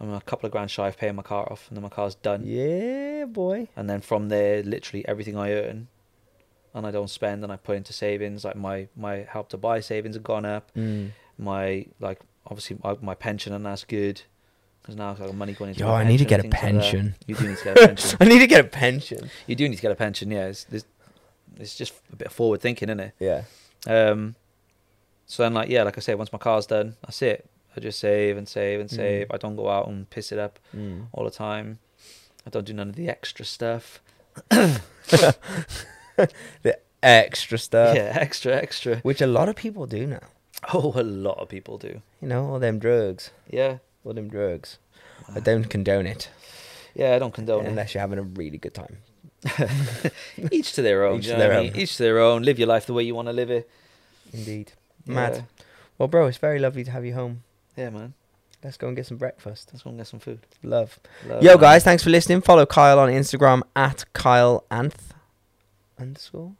S2: I'm a couple of grand shy of paying my car off and then my car's done.
S1: Yeah, boy.
S2: And then from there literally everything I earn and I don't spend and I put into savings, like my my help to buy savings have gone up.
S1: Mm.
S2: My like obviously my, my pension and that's good. Because now I've got money going into
S1: Yo,
S2: my
S1: I need to
S2: pension
S1: get
S2: and
S1: a
S2: things like that.
S1: pension.
S2: you do need to get a pension.
S1: I need to get a pension.
S2: You do need to get a pension, yeah. It's, it's, it's just a bit of forward thinking, isn't it?
S1: Yeah.
S2: Um, so then, like, yeah, like I say, once my car's done, that's it. I just save and save and
S1: Mm.
S2: save. I don't go out and piss it up
S1: Mm.
S2: all the time. I don't do none of the extra stuff.
S1: Extra stuff,
S2: yeah, extra, extra.
S1: which a lot of people do now.
S2: Oh, a lot of people do.
S1: You know, all them drugs,
S2: Yeah,
S1: all them drugs. I don't condone it
S2: yeah. I don't condone
S1: Ah. unless you're having a really good time.
S2: it. Each to their own.
S1: Each
S2: Each to
S1: to their own.
S2: Each to their own. Live your life the way you want to live it.
S1: Indeed.
S2: Yeah.
S1: Mad. Well, bro, it's very lovely to have you home.
S2: Yeah, man.
S1: Let's go and get some breakfast.
S2: Let's go and get some food.
S1: Love.
S2: Love,
S1: Yo,
S2: man.
S1: guys, thanks for listening. Follow Kyle on Instagram at Kyle Anth underscore.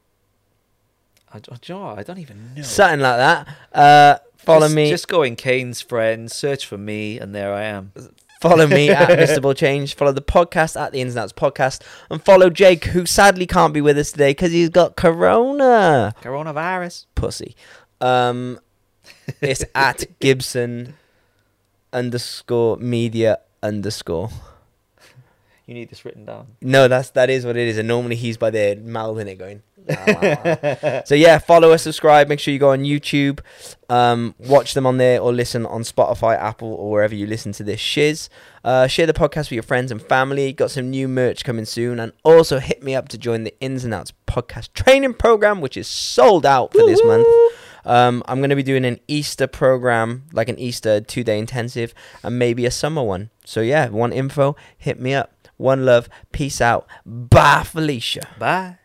S2: I, do you know what? I don't even know.
S1: Something like that. Uh, follow
S2: Just-
S1: me.
S2: Just go in Kane's friends, search for me, and there I am.
S1: Follow me at Mr. Change. Follow the podcast at the Ins and Outs Podcast. And follow Jake, who sadly can't be with us today because he's got Corona.
S2: Coronavirus.
S1: Pussy. Um, it's at Gibson underscore media underscore.
S2: You need this written down.
S1: No, that's that is what it is. And normally he's by there mouthing it, going. "Wah, wah, wah." so yeah, follow us, subscribe. Make sure you go on YouTube, um, watch them on there, or listen on Spotify, Apple, or wherever you listen to this shiz. Uh, share the podcast with your friends and family. Got some new merch coming soon, and also hit me up to join the Ins and Outs podcast training program, which is sold out for this month. Um, I'm going to be doing an Easter program, like an Easter two day intensive, and maybe a summer one. So, yeah, want info? Hit me up. One love. Peace out. Bye, Felicia.
S2: Bye.